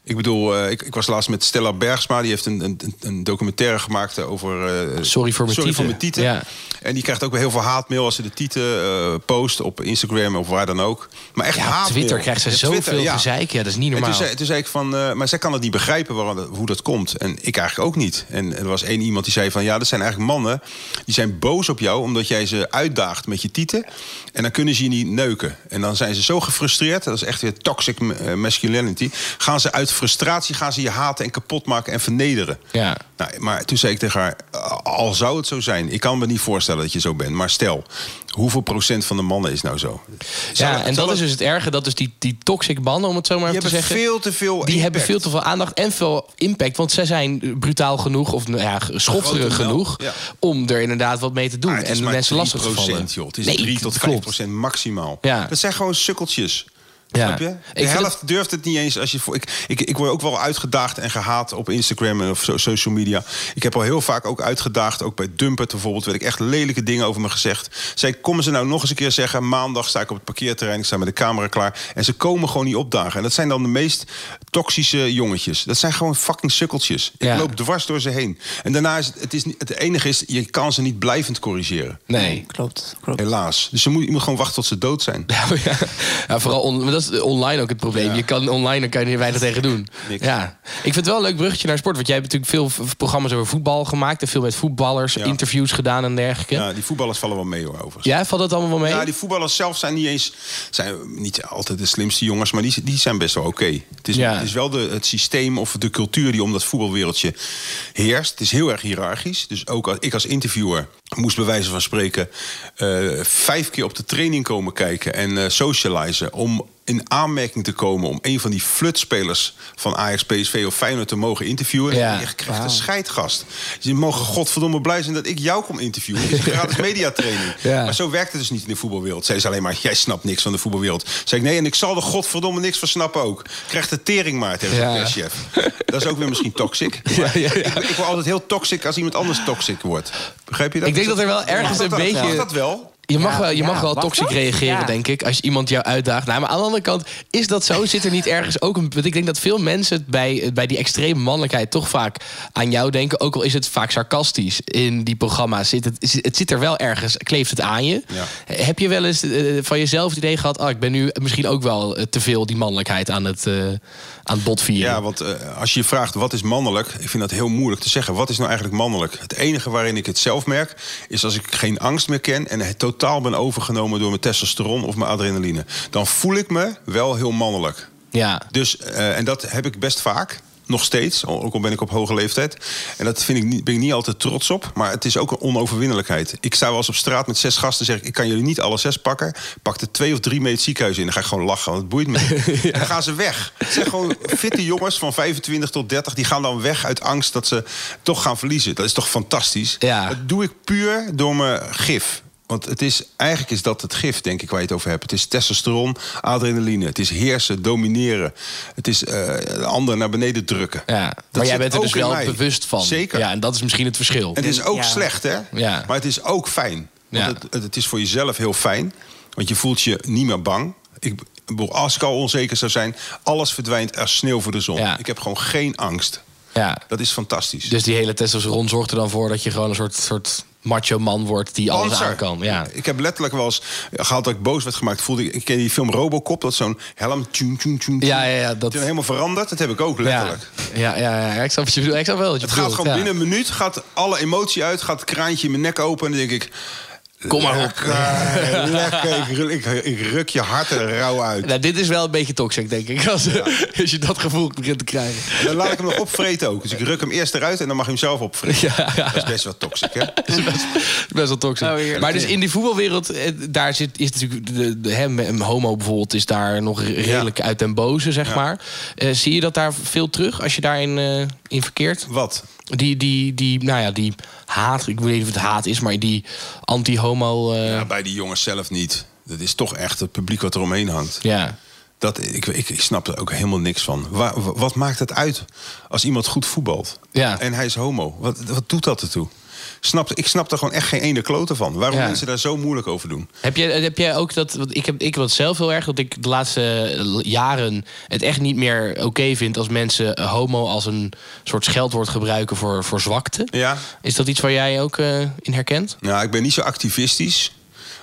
S8: Ik bedoel, eh, ik, ik was laatst met Stella Bergsma, die heeft een, een, een documentaire gemaakt over.
S7: Sorry
S8: eh,
S7: voor mijn
S8: Sorry
S7: tieten.
S8: voor mijn tieten.
S7: Ja.
S8: En die krijgt ook weer heel veel haatmail als ze de tieten eh, post op Instagram of waar dan ook. Maar echt
S7: Ja, op
S8: haatmail.
S7: Twitter krijgt ze
S8: Ja,
S7: zoveel
S8: Twitter, ja.
S7: gezeik. Ja, dat is niet
S8: En
S7: normaal.
S8: toen, zei, toen zei ik van, eh, maar zij kan het niet begrijpen waarom, dat- hoe dat komt. En ik eigenlijk ook niet. En er was één iemand die zei van, ja, dat zijn eigenlijk mannen... die zijn boos op jou omdat jij ze uitdaagt met je tieten. En dan kunnen ze je niet neuken. En dan zijn ze zo gefrustreerd, dat is echt weer toxic eh, masculinity... gaan ze uit frustratie gaan ze je haten en kapot maken en vernederen.
S7: Ja.
S8: Nou, maar toen zei ik tegen haar, al zou het zo zijn... ik kan me niet voorstellen dat je zo bent, maar stel... hoeveel procent van de mannen is nou zo? Zal-
S7: Ja, en
S8: zal
S7: dat is
S8: het-
S7: dus het erge. Dat dus die, die toxic mannen, om het zo maar
S8: Die
S7: even te
S8: hebben
S7: zeggen...
S8: veel te veel
S7: Die hebben
S8: impact.
S7: veel te veel aandacht en veel impact. Want zij zijn eh, brutaal genoeg, of nou ja, schofterig
S8: Grote wel,
S7: genoeg...
S8: ja.
S7: om er inderdaad wat mee te doen.
S8: Ah, het is
S7: en
S8: maar
S7: mensen
S8: 3%,
S7: lastig te vallen.
S8: joh. Het is
S7: Nee,
S8: 3 tot 5
S7: klopt.
S8: procent maximaal.
S7: Ja.
S8: Dat zijn gewoon sukkeltjes.
S7: Ja.
S8: Snap je?
S7: Ik
S8: De
S7: vind
S8: helft durft het niet eens. Als je voor, ik, ik, ik word ook wel uitgedaagd en gehaat op Instagram en of so- social media. Ik heb al heel vaak ook uitgedaagd. Ook bij Dumpert bijvoorbeeld werd ik echt lelijke dingen over me gezegd. Zij komen ze nou nog eens een keer zeggen. Maandag sta ik op het parkeerterrein. Ik sta met de camera klaar. En ze komen gewoon niet opdagen. En dat zijn dan de meest toxische jongetjes. Dat zijn gewoon fucking sukkeltjes. Ik
S7: Ja.
S8: loop dwars door ze heen. En daarna is het, het, is, niet- het enige is, je kan ze niet blijvend corrigeren.
S7: Nee.
S6: Klopt, klopt.
S8: Helaas. Dus je moet, je moet gewoon wachten tot ze dood zijn.
S7: Nou [LAUGHS] ja, ja, vooral on- maar dat is online ook het probleem.
S8: Ja.
S7: Je kan online dan kan je er
S8: [LAUGHS]
S7: weinig tegen doen.
S8: Niks.
S7: Ja. Ik vind het wel een leuk bruggetje naar sport. Want jij hebt natuurlijk veel v- programma's over voetbal gemaakt. En veel met voetballers,
S8: Ja.
S7: interviews gedaan en dergelijke. Ja.
S8: Ja, die voetballers vallen wel mee hoor, overigens.
S7: valt dat allemaal wel mee?
S8: Ja, die voetballers zelf zijn niet eens... zijn niet altijd de slimste jongens, maar die, die zijn best wel oké. Het, is-
S7: Ja.
S8: het is wel de, het systeem of de cultuur die om dat voetbalwereldje heerst. Het is heel erg hiërarchisch. Dus ook als, ik als interviewer moest bij wijze van spreken... eh, vijf keer op de training komen kijken en eh, socializen... om in aanmerking te komen om een van die flutspelers... van Ajax, PSV of Feyenoord te mogen interviewen.
S7: Ja.
S8: En je krijgt een scheidgast. Je mogen godverdomme blij zijn dat ik jou kom interviewen. Het is een gratis mediatraining.
S7: Ja.
S8: Maar zo werkt het dus niet in de voetbalwereld. Zij is alleen maar, jij snapt niks van de voetbalwereld. Zeg ik, nee, en ik zal er godverdomme niks van snappen ook. Krijgt de tering maar tegen
S7: Ja.
S8: de perschef. Dat is ook weer misschien toxic.
S7: [LAUGHS] Ja, ja, ja.
S8: Ik, ik word altijd heel toxic als iemand anders toxic wordt. Begrijp je dat?
S7: Ik denk dat er wel ergens
S8: Mag dat
S7: een
S8: dan?
S7: beetje-
S8: Mag dat wel?
S7: Je mag
S6: Ja,
S7: wel, je
S6: ja,
S7: mag wel
S6: mag
S7: toxic
S6: dat?
S7: reageren,
S6: Ja.
S7: denk ik. Als je iemand jou uitdaagt. Nou, maar aan de andere kant, is dat zo? Zit er niet ergens ook een... Want ik denk dat veel mensen het bij, bij die extreme mannelijkheid... toch vaak aan jou denken. Ook al is het vaak sarcastisch in die programma's. Zit het, is- het zit er wel ergens, kleeft het aan je.
S8: Ja.
S7: Heb je wel eens eh, van jezelf het idee gehad... ah, ik ben nu misschien ook wel eh, te veel die mannelijkheid aan het, eh aan het bot vieren?
S8: Ja, want eh, als je je vraagt wat is mannelijk, ik vind dat heel moeilijk te zeggen. Wat is nou eigenlijk mannelijk? Het enige waarin ik het zelf merk, is als ik geen angst meer ken en het totaal ben overgenomen door mijn testosteron of mijn adrenaline. Dan voel ik me wel heel mannelijk.
S7: ja.
S8: Dus, eh, en dat heb ik best vaak. Nog steeds, ook al ben ik op hoge leeftijd. En dat vind ik niet, ben ik niet altijd trots op. Maar het is ook een onoverwinnelijkheid. Ik sta wel eens op straat met zes gasten en zeg ik... ik kan jullie niet alle zes pakken. Pak er twee of drie mee het ziekenhuis in. Dan ga ik gewoon lachen, want het boeit me.
S7: [LAUGHS]
S8: niet. En dan gaan ze weg. Het zijn gewoon fitte jongens van 25 tot 30. Die gaan dan weg uit angst dat ze toch gaan verliezen. Dat is toch fantastisch?
S7: Ja.
S8: Dat doe ik puur door mijn gif. Want het is, eigenlijk is dat het gif, denk ik, waar je het over hebt. Het is testosteron, adrenaline. Het is heersen, domineren. Het is eh de ander naar beneden drukken.
S7: Ja,
S8: Dat
S7: maar jij
S8: zit
S7: bent er
S8: ook
S7: dus
S8: in
S7: wel
S8: mij.
S7: bewust van.
S8: Zeker.
S7: Ja, en dat is misschien het verschil.
S8: En het is ook
S6: Ja.
S8: slecht, hè?
S7: Ja.
S8: Maar het is ook fijn. Want
S7: Ja.
S8: het, het, het is voor jezelf heel fijn. Want je voelt je niet meer bang. Ik, ik bedoel, als ik al onzeker zou zijn, alles verdwijnt als sneeuw voor de zon.
S7: Ja.
S8: Ik heb gewoon geen angst.
S7: Ja.
S8: Dat is fantastisch.
S7: Dus die hele testosteron zorgt er dan voor dat je gewoon een soort, soort macho man wordt die alles
S8: Panzer.
S7: aan kan. Ja.
S8: Ik heb letterlijk wel eens gehad dat ik boos werd gemaakt. Voelde ik, ik ken die film Robocop, dat zo'n helm... Tjoen, tjoen, tjoen,
S7: Ja, ja, ja, dat-
S8: dat... helemaal veranderd. Dat heb ik ook
S7: Ja.
S8: letterlijk.
S7: Ja, ja, ja, ik snap wat je bedoelt. Ik snap wel wat je
S8: Het gaat
S7: bedoelt.
S8: gewoon
S7: ja.
S8: binnen een minuut, gaat alle emotie uit, gaat het kraantje in mijn nek open. En dan denk ik...
S7: Kom maar op.
S8: Lekker, [LAUGHS] lekker. Ik, ru- ik, ik ruk je hart er rauw uit.
S7: Nou, dit is wel een beetje toxic, denk ik. Als, [LAUGHS] als je dat gevoel begint te krijgen.
S8: En dan laat ik hem nog opvreten ook. Dus ik ruk hem eerst eruit en dan mag hij hem zelf opvreten.
S7: Ja. Dus-
S8: Dat is best wel toxic, hè?
S7: Best wel toxic.
S8: Nou,
S6: Oh, heerlijk.
S7: maar dus in die voetbalwereld, eh, daar zit, is natuurlijk de, de, hem, hem homo bijvoorbeeld, is daar nog re- redelijk uit den boze, zeg maar. Eh, zie je dat daar veel terug als je daarin eh, in verkeert?
S8: Wat?
S7: Die, die, die, nou ja, die haat, ik weet niet of het haat is, maar die anti-homo. eh,
S8: Ja, Nou, bij die jongens zelf niet. Dat is toch echt het publiek wat er omheen hangt.
S7: ja.
S8: Dat, ik, ik, ik snap er ook helemaal niks van. Wa- wa- wat maakt het uit als iemand goed voetbalt?
S7: Ja.
S8: En hij is homo. Wat, wat doet dat ertoe? Snap, ik snap er gewoon echt geen ene klote van. Waarom
S7: Ja.
S8: mensen daar zo moeilijk over doen.
S7: Heb jij, heb jij ook dat? Want ik heb ik heb dat zelf heel erg dat ik de laatste eh, jaren het echt niet meer oké vind als mensen homo als een soort scheldwoord gebruiken voor, voor zwakte.
S8: Ja.
S7: Is dat iets waar jij ook eh, in herkent?
S8: Nou, ik ben niet zo activistisch.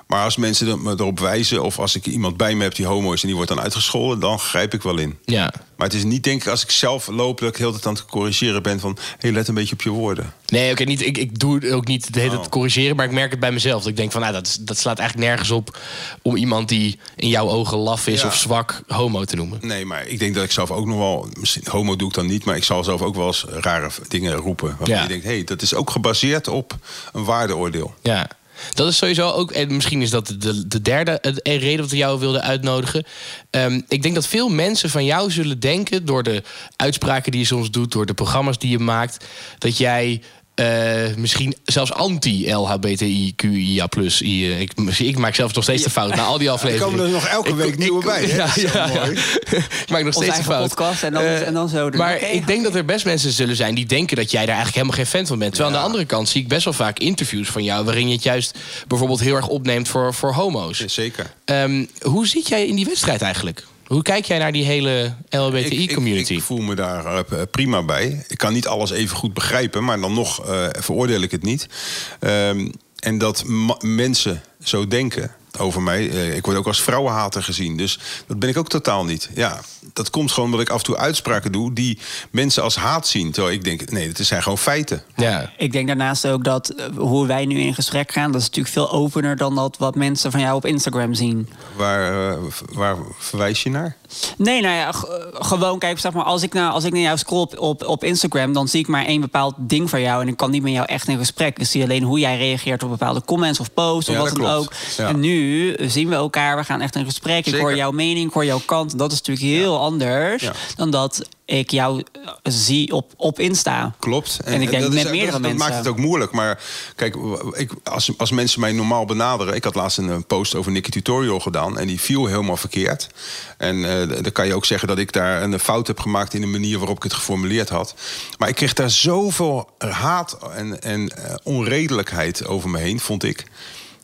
S8: Maar als mensen er- me erop wijzen... of als ik iemand bij me heb die homo is en die wordt dan uitgescholden... dan grijp ik wel in.
S7: Ja.
S8: Maar het is niet denk ik als ik zelf loop... dat ik heel de tijd aan het corrigeren ben van... hé, hey, let een beetje op je woorden.
S7: Nee, oké, niet. Ik, ik doe het ook niet de hele tijd
S8: Oh.
S7: corrigeren, maar ik merk het bij mezelf. Dat ik denk van, nou, dat, is- dat slaat eigenlijk nergens op om iemand die in jouw ogen laf is
S8: Ja.
S7: of zwak homo te noemen.
S8: Nee, maar ik denk dat ik zelf ook nog wel... misschien homo doe ik dan niet... maar ik zal zelf ook wel eens rare v- dingen roepen. Waarvan
S7: Ja.
S8: je denkt, hé, hey, dat is ook gebaseerd op een waardeoordeel.
S7: Ja. Dat is sowieso ook, en misschien is dat de, de derde eh, reden dat we jou wilden uitnodigen. Ehm, ik denk dat veel mensen van jou zullen denken, door de uitspraken die je soms doet, door de programma's die je maakt, dat jij eh, misschien zelfs anti-LHBTIQIA plus. eh, Ik, ik maak zelfs nog steeds de fout na al
S8: [LAUGHS]
S7: die
S8: Er
S7: afleveringen.
S8: komen er nog elke week nieuwe bij. Hè?
S7: [LAUGHS] Ja,
S8: Dat is zo
S7: ja, ja.
S8: mooi.
S7: ik maak nog steeds
S6: Onze
S7: de
S6: eigen
S7: fout.
S6: podcast en dan-
S7: Eh,
S6: en dan zo doen.
S7: Maar
S6: Oké.
S7: ik denk dat er best mensen zullen zijn die denken dat jij daar eigenlijk helemaal geen fan van bent. Terwijl aan de andere kant zie ik best wel vaak interviews van jou... waarin je het juist bijvoorbeeld heel erg opneemt voor, voor homo's.
S8: Ja, Zeker.
S7: Ehm, hoe zit jij in die wedstrijd eigenlijk? Hoe kijk jij naar die hele
S8: Ik- ik-
S7: LHBTI-community?
S8: Ik, voel me daar eh, prima bij. Ik kan niet alles even goed begrijpen, maar dan nog eh, veroordeel ik het niet. Ehm, en dat ma- mensen zo denken over mij. eh, ik word ook als vrouwenhater gezien, dus dat ben ik ook totaal niet. Ja, dat komt gewoon omdat ik af en toe uitspraken doe die mensen als haat zien. Terwijl ik denk, nee, het zijn gewoon feiten.
S7: Ja.
S6: Ik denk daarnaast ook dat eh, hoe wij nu in gesprek gaan, dat is natuurlijk veel opener dan dat wat mensen van jou op Instagram zien.
S8: Waar, eh, v- waar verwijs je naar?
S6: Nee, nou ja, g- eh, gewoon kijk, zeg maar, als ik, nou, als ik naar jou scroll op, op, op Instagram, dan zie ik maar één bepaald ding van jou en ik kan niet met jou echt in gesprek. Ik zie alleen hoe jij reageert op bepaalde comments of posts
S8: Ja,
S6: of wat
S8: dat
S6: dan
S8: klopt.
S6: ook.
S8: Ja.
S6: En nu zien we elkaar, we gaan echt in gesprek. Ik
S8: Zeker.
S6: hoor jouw mening, ik hoor jouw kant. Dat is natuurlijk heel anders
S8: Ja.
S6: dan dat ik jou eh, zie op, op Insta.
S8: Klopt.
S6: En, ik denk
S8: dat
S6: met
S8: is-
S6: meerdere
S8: dat,
S6: mensen.
S8: Dat maakt het ook moeilijk. Maar kijk, w- ik, als, als mensen mij normaal benaderen... Ik had laatst een eh, post over Nicky Tutorial gedaan... en die viel helemaal verkeerd. En eh, d- dan kan je ook zeggen dat ik daar een fout heb gemaakt... in de manier waarop ik het geformuleerd had. Maar ik kreeg daar zoveel haat en, en eh, onredelijkheid over me heen, vond ik...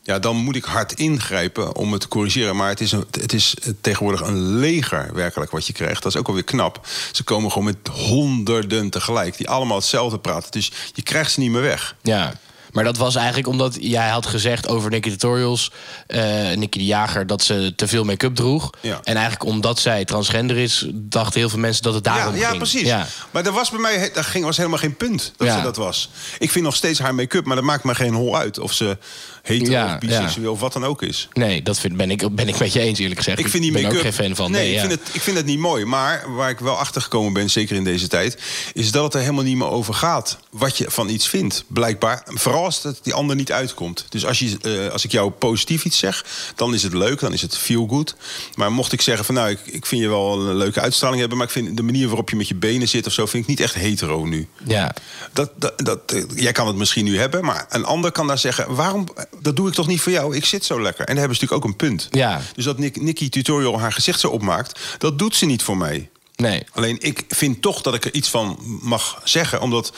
S8: Ja, dan moet ik hard ingrijpen om het te corrigeren. Maar het is, een, het is tegenwoordig een leger werkelijk wat je krijgt. Dat is ook alweer knap. Ze komen gewoon met honderden tegelijk. Die allemaal hetzelfde praten. Dus je krijgt ze niet meer weg.
S7: Ja. Maar dat was eigenlijk omdat jij had gezegd over Nicky Tutorials, eh Nicky de Jager, dat ze te veel make-up droeg.
S8: Ja.
S7: En eigenlijk omdat zij transgender is, dachten heel veel mensen dat het daarom
S8: ja, ja,
S7: ging.
S8: precies.
S7: Ja.
S8: Maar er was bij mij daar ging, was helemaal geen punt dat
S7: Ja.
S8: ze dat was. Ik vind nog steeds haar make-up, maar dat maakt me geen hol uit. Of ze hetero
S7: Ja,
S8: of biseksueel of wat dan ook is.
S7: Nee, dat vind, ben, ik, ben ik met je eens eerlijk gezegd.
S8: Ik vind die
S7: ben er
S8: make-up...
S7: ook geen fan van.
S8: Nee,
S7: Nee,
S8: ik,
S7: ja.
S8: vind het, ik vind het niet mooi. Maar waar ik wel achter gekomen ben, zeker in deze tijd... is dat het er helemaal niet meer over gaat wat je van iets vindt. Blijkbaar. Vooral als het die ander niet uitkomt. Dus als, je, eh, als ik jou positief iets zeg, dan is het leuk. Dan is het feel good. Maar mocht ik zeggen van nou, ik, ik vind je wel een leuke uitstraling hebben... maar ik vind de manier waarop je met je benen zit of zo... vind ik niet echt hetero nu.
S7: ja.
S8: Dat, dat, dat, eh, jij kan het misschien nu hebben, maar een ander kan daar zeggen: waarom? Dat doe ik toch niet voor jou? Ik zit zo lekker. En daar hebben ze natuurlijk ook een punt.
S7: Ja.
S8: Dus dat Nick, Nicky Tutorial haar gezicht zo opmaakt, dat doet ze niet voor mij.
S7: Nee.
S8: Alleen ik vind toch dat ik er iets van mag zeggen, omdat.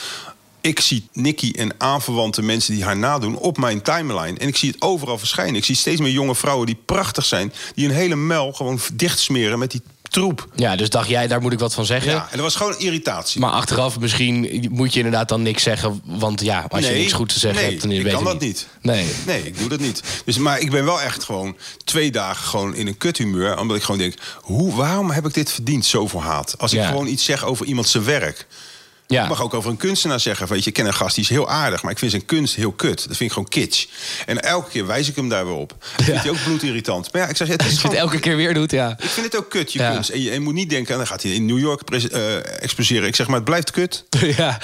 S8: Ik zie Nicky en aanverwante mensen die haar nadoen op mijn timeline. En ik zie het overal verschijnen. Ik zie steeds meer jonge vrouwen die prachtig zijn. Die een hele mel gewoon dichtsmeren met die troep.
S7: ja, dus dacht jij, daar moet ik wat van zeggen.
S8: Ja, en dat was gewoon irritatie.
S7: Maar achteraf misschien moet je inderdaad dan niks zeggen. Want ja, als je
S8: Nee,
S7: niks goed te zeggen
S8: nee,
S7: hebt, dan
S8: ik
S7: weet
S8: kan
S7: je
S8: dat niet.
S7: Nee.
S8: Nee, ik doe dat niet. Dus, maar ik ben wel echt gewoon twee dagen gewoon in een kuthumeur. Omdat ik gewoon denk, hoe, waarom heb ik dit verdiend, zoveel haat? Als ik
S7: Ja.
S8: gewoon iets zeg over iemand zijn werk.
S7: Ja.
S8: Ik mag ook over een kunstenaar zeggen. Weet je, ik ken een gast die is heel aardig, maar ik vind zijn kunst heel kut. Dat vind ik gewoon kitsch. En elke keer wijs ik hem daar weer op. Dat vind hij ook bloedirritant. Maar ja, ik zou zeggen,
S7: Als
S8: het
S7: [LAUGHS]
S8: is
S7: je het
S8: gewoon-
S7: elke keer weer doet, ja.
S8: ik vind het ook kut, je
S7: Ja.
S8: kunst. En je, en je moet niet denken, dan gaat hij in New York pres- eh, exposeren. Ik zeg maar, het blijft kut.
S7: [LAUGHS] ja.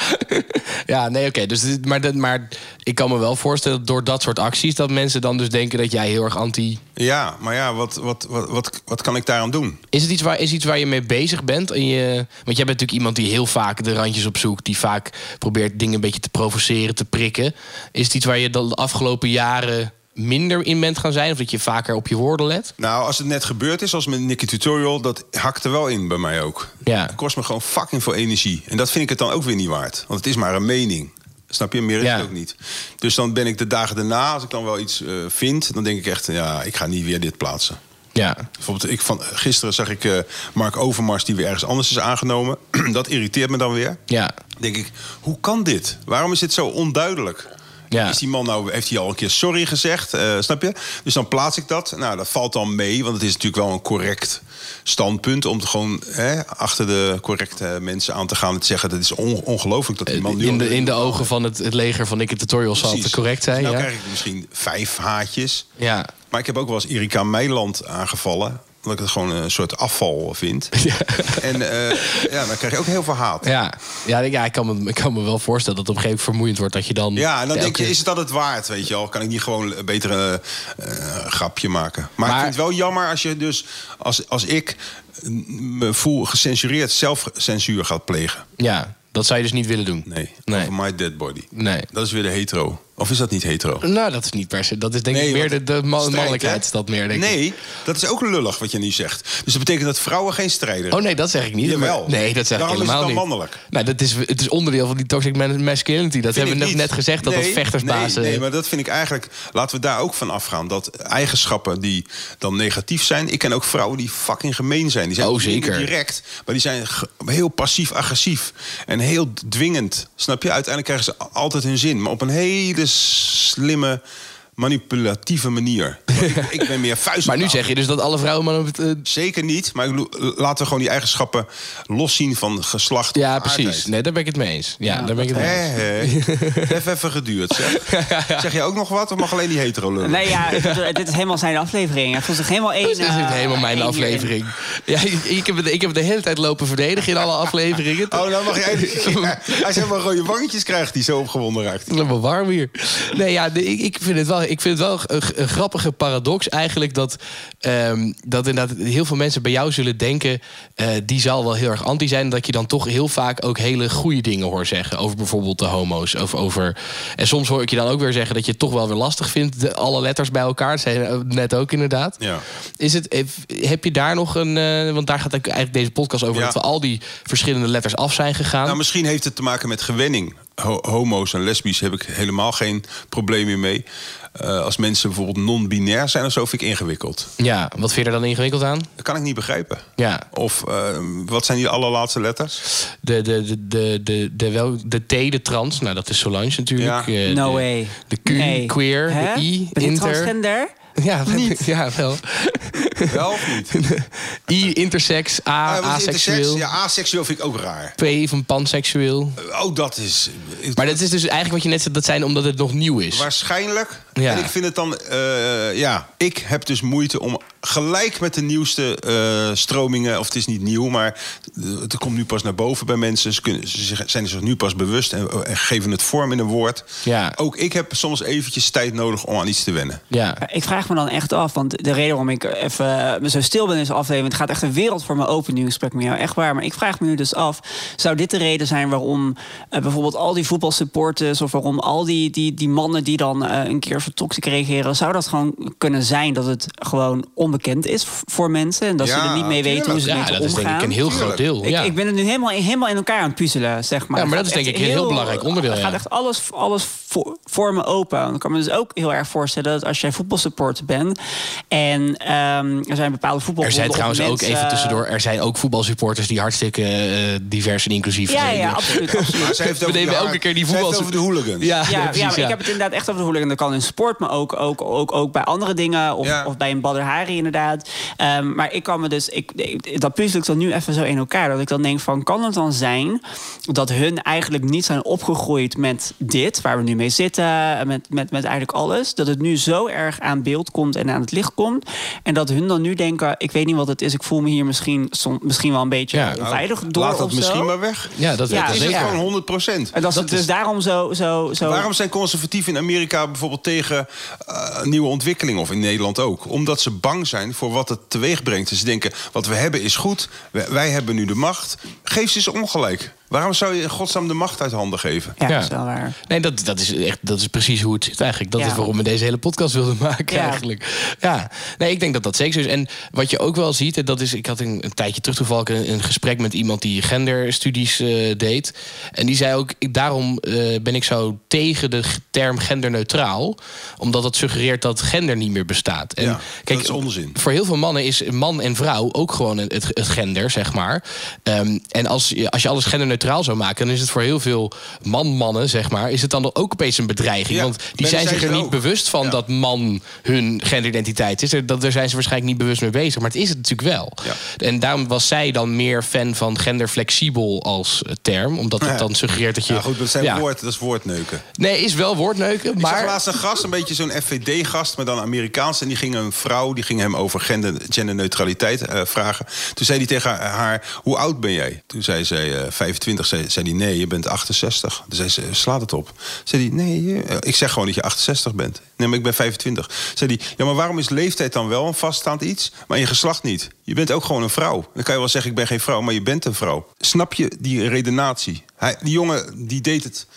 S7: ja, nee, oké. Dus, dit- maar, dat- maar ik kan me wel voorstellen dat door dat soort acties... dat mensen dan dus denken dat jij heel erg anti...
S8: Ja, maar ja, wat, wat, wat, wat, wat kan ik daaraan doen?
S7: Is het iets waar, is iets waar je mee bezig bent? En je, want jij bent natuurlijk iemand die heel vaak de randjes opzoekt. Die vaak probeert dingen een beetje te provoceren, te prikken. Is het iets waar je dan de afgelopen jaren minder in bent gaan zijn? Of dat je vaker op je woorden let?
S8: Nou, als het net gebeurd is, als met Nicky Tutorial, dat hakt er wel in bij mij ook.
S7: Ja.
S8: Het kost me gewoon fucking veel energie. En dat vind ik het dan ook weer niet waard. Want het is maar een mening. Snap je? Meer is
S7: Ja.
S8: het ook niet. Dus dan ben ik de dagen daarna, als ik dan wel iets eh, vind, dan denk ik echt, ja, ik ga niet weer dit plaatsen.
S7: Ja.
S8: Bijvoorbeeld, ik van, gisteren zag ik eh, Mark Overmars die weer ergens anders is aangenomen. [CLEARS THROAT] dat irriteert me dan weer.
S7: Ja.
S8: Denk ik, hoe kan dit? Waarom is dit zo onduidelijk?
S7: Ja.
S8: Is die man nou, heeft hij al een keer sorry gezegd? eh, snap je? Dus dan plaats ik dat. Nou, dat valt dan mee, want het is natuurlijk wel een correct standpunt om te gewoon hè, achter de correcte mensen aan te gaan en te zeggen: dat is on- ongelooflijk dat die man nu
S7: Eh, In de,
S8: al-
S7: in de ogen van het, het leger van Nicky Tutorial zal het
S8: Precies.
S7: correct zijn.
S8: Dus nou
S7: ja.
S8: krijg ik misschien vijf haatjes.
S7: Ja.
S8: Maar ik heb ook wel eens Erika Meiland aangevallen. Omdat ik het gewoon een soort afval
S7: [LAUGHS]
S8: vind. En eh, ja, dan krijg je ook heel veel haat.
S7: Ja, ja, ik- ja ik, kan me, ik kan me wel voorstellen dat het op een gegeven moment vermoeiend wordt dat je dan.
S8: Ja, en dan
S7: elke-
S8: denk je, is het dat het waard, weet je wel? Kan ik niet gewoon een beter eh, eh, grapje maken? Maar,
S7: Maar-
S8: ik vind het wel jammer als je dus, als, als ik me voel gecensureerd, zelf censuur gaat plegen.
S7: Ja, dat zou je dus niet willen doen.
S8: Nee,
S7: Nee.
S8: over my dead body.
S7: Nee.
S8: Dat is weer de hetero. Of is dat niet hetero?
S7: Nou, dat is niet per se. Dat is denk ik
S8: Nee,
S7: meer de,
S8: want-
S7: de man-
S8: strijd,
S7: mannelijkheid.
S8: hè?
S7: is Dat meer, denk ik.
S8: Nee, dat is ook lullig wat je nu zegt. Dus dat betekent dat vrouwen geen strijden.
S7: Oh nee, dat zeg ik niet.
S8: Jawel.
S7: Maar- Nee, dat zeg
S8: Daarom
S7: ik
S8: is
S7: helemaal
S8: het dan
S7: niet.
S8: mannelijk.
S7: Nou, dat is, het is onderdeel van die toxic man- masculinity. Dat hebben we
S8: Vind
S7: net,
S8: ik
S7: net
S8: niet.
S7: gezegd, dat dat
S8: Nee,
S7: vechtersbazen...
S8: Nee, nee, maar dat vind ik eigenlijk... Laten we daar ook van afgaan. Dat eigenschappen die dan negatief zijn... Ik ken ook vrouwen die fucking gemeen zijn. Die zijn
S7: Oh,
S8: niet
S7: zeker.
S8: direct, maar die zijn ge- heel passief-agressief. En heel dwingend. Snap je? Uiteindelijk krijgen ze a- altijd hun zin. Maar op een hele slimme, manipulatieve
S7: [LAUGHS]
S8: manier. Want ik, ik ben meer vuist.
S7: Maar nu zeg je dus dat alle vrouwen... Maar op het, eh,
S8: Zeker niet, maar ik bedoel, laten we gewoon die eigenschappen loszien van geslacht.
S7: ja,
S8: of
S7: precies.
S8: aardheid.
S7: Nee, daar ben ik het mee eens. Ja, daar ben ik het mee
S8: Hé,
S7: eens.
S8: hé. Even even geduurd, [LAUGHS] zeg. Zeg jij ook nog wat of mag alleen die hetero lullen?
S6: Nee, ja, dit- dit is helemaal zijn aflevering. Hij voelt zich helemaal één.
S7: Dus dit is
S6: eh,
S7: helemaal mijn
S6: één
S7: aflevering. Ja, ik, ik heb het, ik heb het de hele tijd lopen verdedigen in alle afleveringen.
S8: Oh, nou mag jij... [LAUGHS]
S7: [LAUGHS]
S8: Ja, hij zegt maar rode wangetjes krijgt die zo opgewonden raakt.
S7: Het is helemaal warm hier. Nee, ja, de- ik, ik, vind het wel, ik vind het wel een, g- een grappige paradox eigenlijk... Dat, ehm, dat inderdaad heel veel mensen bij jou zullen denken... eh, die zal wel heel erg anti zijn... dat je dan toch heel vaak ook hele goede dingen hoort zeggen... over bijvoorbeeld de homo's. Of over, en soms hoor ik je dan ook weer zeggen... dat je het toch wel weer lastig vindt, de, alle letters bij elkaar. Dat zei je, eh, net ook inderdaad.
S8: Ja.
S7: Is het, heb- heb je daar nog een... eh, want daar gaat eigenlijk deze podcast over...
S8: Ja.
S7: dat we al die verschillende letters af zijn gegaan.
S8: Nou, misschien heeft het te maken met gewenning. ho- homo's en lesbisch heb ik helemaal geen probleem meer mee. Eh, als mensen bijvoorbeeld non-binair zijn of zo, vind ik ingewikkeld.
S7: Ja, wat vind je er dan ingewikkeld aan?
S8: Dat kan ik niet begrijpen.
S7: Ja.
S8: Of eh, wat zijn die allerlaatste letters?
S7: De, de, de, de, de, de, wel, de T, de trans, nou dat is Solange natuurlijk.
S8: Ja.
S7: Eh,
S6: No
S7: de,
S6: way.
S7: De Q,
S6: Nee.
S7: queer,
S6: Hè?
S7: de I,
S6: Ben je
S7: inter.
S6: transgender?
S7: Ja, [LAUGHS] ja, wel.
S8: Wel of niet?
S7: I, intersex, [LAUGHS] A,
S8: Ah, want intersex-
S7: aseksueel.
S8: Ja, aseksueel vind ik ook raar.
S7: P van panseksueel.
S8: Oh, dat is.
S7: Maar dat is dus eigenlijk wat je net zei, dat zijn omdat het nog nieuw is.
S8: Waarschijnlijk.
S7: Ja.
S8: En ik vind het dan. eh, ja, ik heb dus moeite om gelijk met de nieuwste eh, stromingen. Of het is niet nieuw, maar het komt nu pas naar boven bij mensen. Ze, kunnen, ze zich- zijn zich nu pas bewust en, en geven het vorm in een woord.
S7: Ja.
S8: Ook ik heb soms eventjes tijd nodig om aan iets te wennen.
S7: Ja.
S6: Ik vraag me dan echt af, want de reden waarom ik even eh, zo stil ben in deze aflevering... het gaat echt een wereld voor me open nu, gesprek met jou, echt waar. Maar ik vraag me nu dus af, zou dit de reden zijn waarom eh, bijvoorbeeld al die voetbalsupporters... of waarom al die, die, die mannen die dan eh, een keer zo toxic reageren... zou dat gewoon kunnen zijn dat het gewoon onbekend is v- voor mensen... en dat ze
S8: Ja,
S6: er niet mee weten hoe ze ermee
S7: Ja,
S6: te
S7: dat is denk ik
S6: omgaan?
S7: een heel
S8: Tuurlijk.
S7: groot deel.
S6: Ik,
S7: ja.
S6: ik ben het nu helemaal, helemaal in elkaar aan het puzzelen, zeg maar.
S7: Ja, maar
S6: Het
S7: dat is denk
S6: gaat echt
S7: ik een heel belangrijk onderdeel,
S6: Het
S7: ja.
S6: gaat echt alles, alles voor, voor me open. Dan kan ik me dus ook heel erg voorstellen dat als jij voetbalsupporter bent... en ehm, er zijn bepaalde
S7: Er
S6: voetbalbonden...
S7: zijn
S6: of
S7: trouwens ook
S6: mensen-
S7: even tussendoor, er zijn ook voetbalsupporters die hartstikke eh, divers en inclusief
S6: Ja,
S7: zijn. [LAUGHS]
S6: ja, absoluut. absoluut.
S8: Maar zij heeft het
S7: We
S8: over
S7: nemen
S8: die
S7: elke
S8: haar-
S7: keer die
S8: zij heeft
S7: voetbal.
S8: het over de hooligans.
S7: [LAUGHS] Ja,
S6: Ja, ja,
S7: precies,
S6: maar ik heb het inderdaad echt over de hooligan. Dat kan in sport, maar ook, ook, ook, ook bij andere dingen. Of,
S8: Ja.
S6: of bij een Badr Hari inderdaad. Ehm, maar ik kan me dus... Ik, ik- dat puzzel ik dan nu even zo in elkaar. Dat ik dan denk van, kan het dan zijn... dat hun eigenlijk niet zijn opgegroeid met dit... waar we nu mee zitten, eh, met, met, met eigenlijk alles... dat het nu zo erg aan beeld komt en aan het licht komt... en dat hun dan nu denken... ik weet niet wat het is, ik voel me hier misschien, som, misschien wel een beetje
S7: Ja,
S8: Nou,
S6: onveilig door
S8: Laat dat
S6: of
S8: misschien
S6: zo.
S8: maar weg.
S7: Ja, dat,
S6: Ja, dus
S7: dat
S8: is
S7: is
S8: het
S6: zeker.
S8: gewoon 100 procent.
S6: En dat, ze
S7: dat
S6: dus
S7: is-
S6: daarom zo... zo, zo
S8: Waarom zijn conservatieven in Amerika bijvoorbeeld tegen eh, nieuwe ontwikkelingen? Of in Nederland ook? Omdat ze bang zijn voor wat het teweeg brengt. En ze denken, wat we hebben is goed. Wij, wij hebben nu de macht. Geef ze eens ongelijk. Waarom zou je in godsnaam de macht uit handen geven?
S6: Ja, dat is wel waar.
S7: Nee, dat, dat, is echt, dat is precies hoe het zit eigenlijk. Dat
S6: Ja.
S7: is waarom we deze hele podcast wilden maken
S6: Ja.
S7: eigenlijk. Ja, nee, ik denk dat dat zeker zo is. En wat je ook wel ziet, en dat is... Ik had een, een tijdje terug toevallig een, een gesprek met iemand die genderstudies eh, deed. En die zei ook, ik, daarom eh, ben ik zo tegen de g- term genderneutraal. Omdat dat suggereert dat gender niet meer bestaat. En
S8: Ja, dat is onzin.
S7: voor heel veel mannen is man en vrouw ook gewoon het, het gender, zeg maar. Ehm, en als, je- als je alles genderneutraal zou maken, dan is het voor heel veel man-mannen, zeg maar, is het dan ook opeens een bedreiging.
S8: Ja,
S7: Want die
S8: maar
S7: zijn
S8: dat
S7: zich
S8: zijn
S7: er
S8: ze
S7: niet
S8: ook.
S7: bewust van
S8: Ja.
S7: dat man hun genderidentiteit is. Er- Dat, daar zijn ze waarschijnlijk niet bewust mee bezig, maar het is het natuurlijk wel.
S8: Ja.
S7: En daarom was zij dan meer fan van genderflexibel als eh, term, omdat het
S8: Ja.
S7: dan suggereert dat je.
S8: Ja, goed, dat, zijn
S7: Ja.
S8: woord, dat is woordneuken.
S7: Nee, is wel woordneuken,
S8: Ik zag
S7: maar.
S8: laatst een gast, een beetje zo'n FVD-gast, maar dan Amerikaans. En die ging een vrouw, die ging hem over gender, genderneutraliteit eh, vragen. Toen zei hij tegen haar, hoe oud ben jij? Toen zei ze eh, 25, zei, zei hij nee, je bent 68. Toen zei ze, slaat het op. Zei hij, nee, eh, ik zeg gewoon dat je 68 bent. Nee, maar ik ben 25. Zei hij, ja, maar waarom is leeftijd dan wel een vaststaand iets, maar je geslacht niet? Je bent ook gewoon een vrouw. Dan kan je wel zeggen, ik ben geen vrouw, maar je bent een vrouw. Snap je die redenatie? Hij, die jongen, die deed het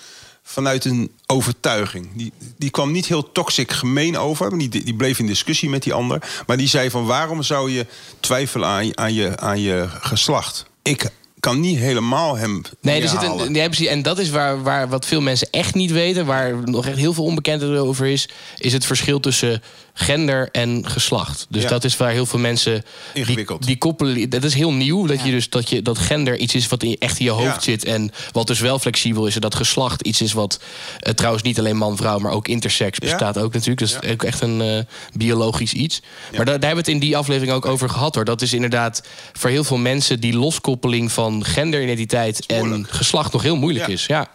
S8: vanuit een overtuiging. Die, die kwam niet heel toxic gemeen over. Maar die, die bleef in discussie met die ander. Maar die zei van waarom zou je twijfelen aan, je- aan, je, aan je geslacht? Ik kan niet helemaal hem
S7: Nee, er zit
S8: neerhalen.
S7: een, ja, precies. En dat is waar, waar wat veel mensen echt niet weten, waar nog echt heel veel onbekendheid over is, is het verschil tussen gender en geslacht. Dus
S8: Ja.
S7: dat is waar heel veel mensen
S8: Ingewikkeld.
S7: Die, die koppelen. Dat is heel nieuw dat je dus dat je dat gender iets is wat in, echt in je hoofd
S8: Ja.
S7: zit en wat dus wel flexibel is en dat geslacht iets is wat eh, trouwens niet alleen man-vrouw, maar ook intersex
S8: Ja.
S7: bestaat ook natuurlijk. Dus ook echt een eh, biologisch iets. Maar daar, daar hebben we het in die aflevering ook over gehad hoor. Dat is inderdaad voor heel veel mensen die loskoppeling van genderidentiteit en
S8: moeilijk.
S7: geslacht nog heel moeilijk
S8: Ja.
S7: is. Ja.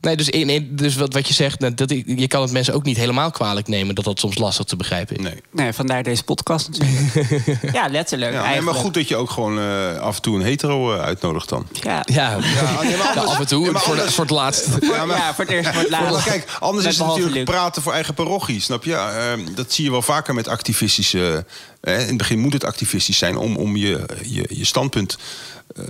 S7: Nee, dus, in- in- dus wat, wat je zegt, nou, dat, je kan het mensen ook niet helemaal kwalijk nemen dat dat soms lastig te begrijpen is.
S8: Nee.
S6: Nee, vandaar deze podcast natuurlijk.
S7: [LAUGHS]
S6: ja, letterlijk.
S8: Ja, nee, maar
S6: eigenlijk.
S8: goed dat je ook gewoon eh, af en toe een hetero eh, uitnodigt dan.
S6: Ja.
S7: Ja,
S8: Ja,
S7: [LAUGHS]
S8: nee, maar
S7: Ja,
S8: anders-
S7: af en toe,
S8: nee, maar
S7: voor, de-
S8: anders-
S7: voor het laatst.
S8: Ja, maar-
S6: Ja, voor het eerst, voor het laatst.
S8: Want kijk, anders
S6: Met
S8: is het
S6: behalve
S8: natuurlijk
S6: Luc.
S8: praten voor eigen parochie, snap je? Ehm, dat zie je wel vaker met activistische... eh, in het begin moet het activistisch zijn om, om je, je, je standpunt eh,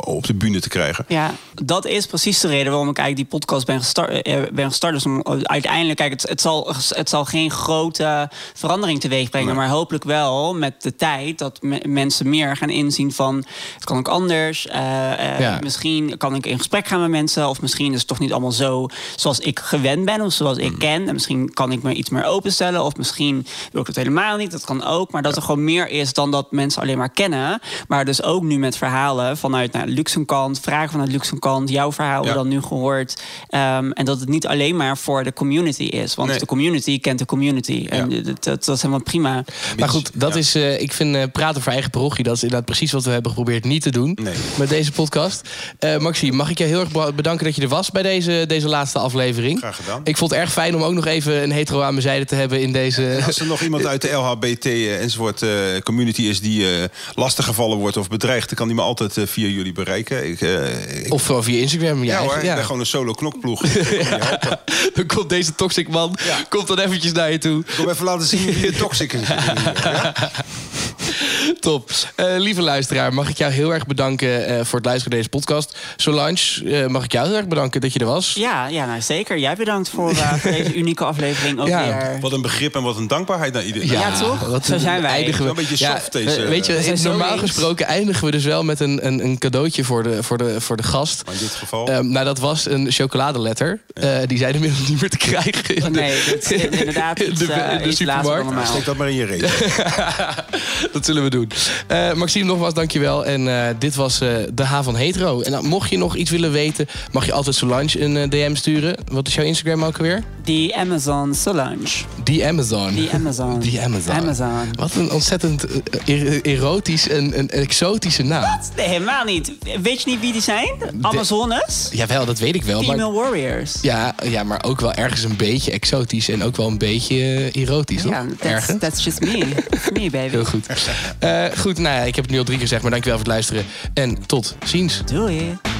S8: op de bühne te krijgen.
S6: Ja, dat is precies de reden waarom ik eigenlijk die podcast ben gestart. eh, ben gestart dus om, uiteindelijk, kijk, het, het, zal, het zal geen grote verandering teweeg brengen. Maar hopelijk wel met de tijd dat me- mensen meer gaan inzien van het kan ook anders. eh, eh,
S7: Ja.
S6: Misschien kan ik in gesprek gaan met mensen. Of misschien is het toch niet allemaal zo zoals ik gewend ben of zoals
S8: Mm.
S6: ik ken. En misschien kan ik me iets meer openstellen. Of misschien wil ik het helemaal niet. Dat kan ook. Maar dat er gewoon meer is dan dat mensen alleen maar kennen. Maar dus ook nu met verhalen vanuit nou, Luxemkant, vragen vanuit Luxemkant, jouw verhaal
S8: Ja.
S6: dan nu gehoord. Ehm, en dat het niet alleen maar voor de community is. Want
S8: Nee.
S6: de community kent de community. En
S8: Ja.
S6: dat, dat, dat is helemaal prima.
S7: Maar goed, dat
S8: Ja.
S7: is, eh, ik vind eh, praten voor eigen parochie... dat is inderdaad precies wat we hebben geprobeerd niet te doen
S8: Nee.
S7: met deze podcast. Eh Maxime, mag ik je heel erg bra- bedanken dat je er was bij deze, deze laatste aflevering.
S8: Graag gedaan.
S7: Ik vond het erg fijn om ook nog even een hetero aan mijn zijde te hebben in deze...
S8: Als er nog iemand uit de LHBT eh, enzovoort eh, community is die eh lastiggevallen wordt of bedreigd, dan kan die me altijd eh, via jullie bereiken. Ik, eh, ik-
S7: Of gewoon via Instagram.
S8: ja,
S7: eigen-
S8: hoor, ik ben gewoon een solo knokploeg. Ik kan je helpen.
S7: [LAUGHS] Dan komt deze toxic man komt dan eventjes naar je toe.
S8: Kom even laten zien wie de toxic is.
S7: Top. Eh, lieve luisteraar, mag ik jou heel erg bedanken eh, voor het luisteren naar deze podcast. Solange, eh, mag ik jou heel erg bedanken dat je er was.
S6: Ja, ja nou, zeker. Jij bedankt voor, eh,
S8: [LAUGHS]
S6: voor deze unieke aflevering. Ook
S7: Ja.
S6: weer.
S8: Wat een begrip en wat een dankbaarheid naar iedereen.
S6: Ja, toch? Zo
S7: een-
S6: zijn wij.
S7: eindigen we-
S8: Wel een beetje soft,
S7: eh,
S8: deze-
S7: Weet je,
S8: We
S6: zijn zo
S7: normaal
S6: links.
S7: gesproken eindigen we dus wel met een, een, een cadeautje voor de, voor, de, voor de gast.
S8: Maar in dit geval-
S7: Ehm, nou, dat was een chocoladeletter. Eh, die zijn inmiddels niet meer te krijgen. in de-
S6: Oh, Nee, dit
S7: [LAUGHS]
S6: is inderdaad
S7: in
S6: iets,
S7: de-
S6: eh,
S7: in de
S6: iets later dan
S7: supermarkt.
S6: normaal.
S8: Steek dat maar in je
S7: [LAUGHS]
S8: reet.
S7: dat zullen we doen. Eh, Maxime, nogmaals dankjewel. En eh, dit was eh, de H van Hetero. En nou, mocht je nog iets willen weten, mag je altijd Solange een eh, DM sturen. Wat is jouw Instagram ook alweer?
S6: Die Amazon Solange.
S7: Die Amazon. [LAUGHS]
S6: Die Amazon.
S7: Die Amazon.
S6: Amazon.
S7: Wat een ontzettend eh, er- erotisch en een exotische naam.
S6: Nee, helemaal niet. Weet je niet wie die zijn? Amazones?
S7: Jawel, dat weet ik wel. Maar,
S6: Female Warriors.
S7: ja, ja, maar ook wel ergens een beetje exotisch en ook wel een beetje eh, erotisch. toch?
S6: Ja, that's,
S7: ergens.
S6: that's just me. That's me, baby.
S7: Heel goed. Eh, goed, nou ja, ik heb het nu al drie keer gezegd, maar dankjewel voor het luisteren. En tot ziens.
S6: Doei.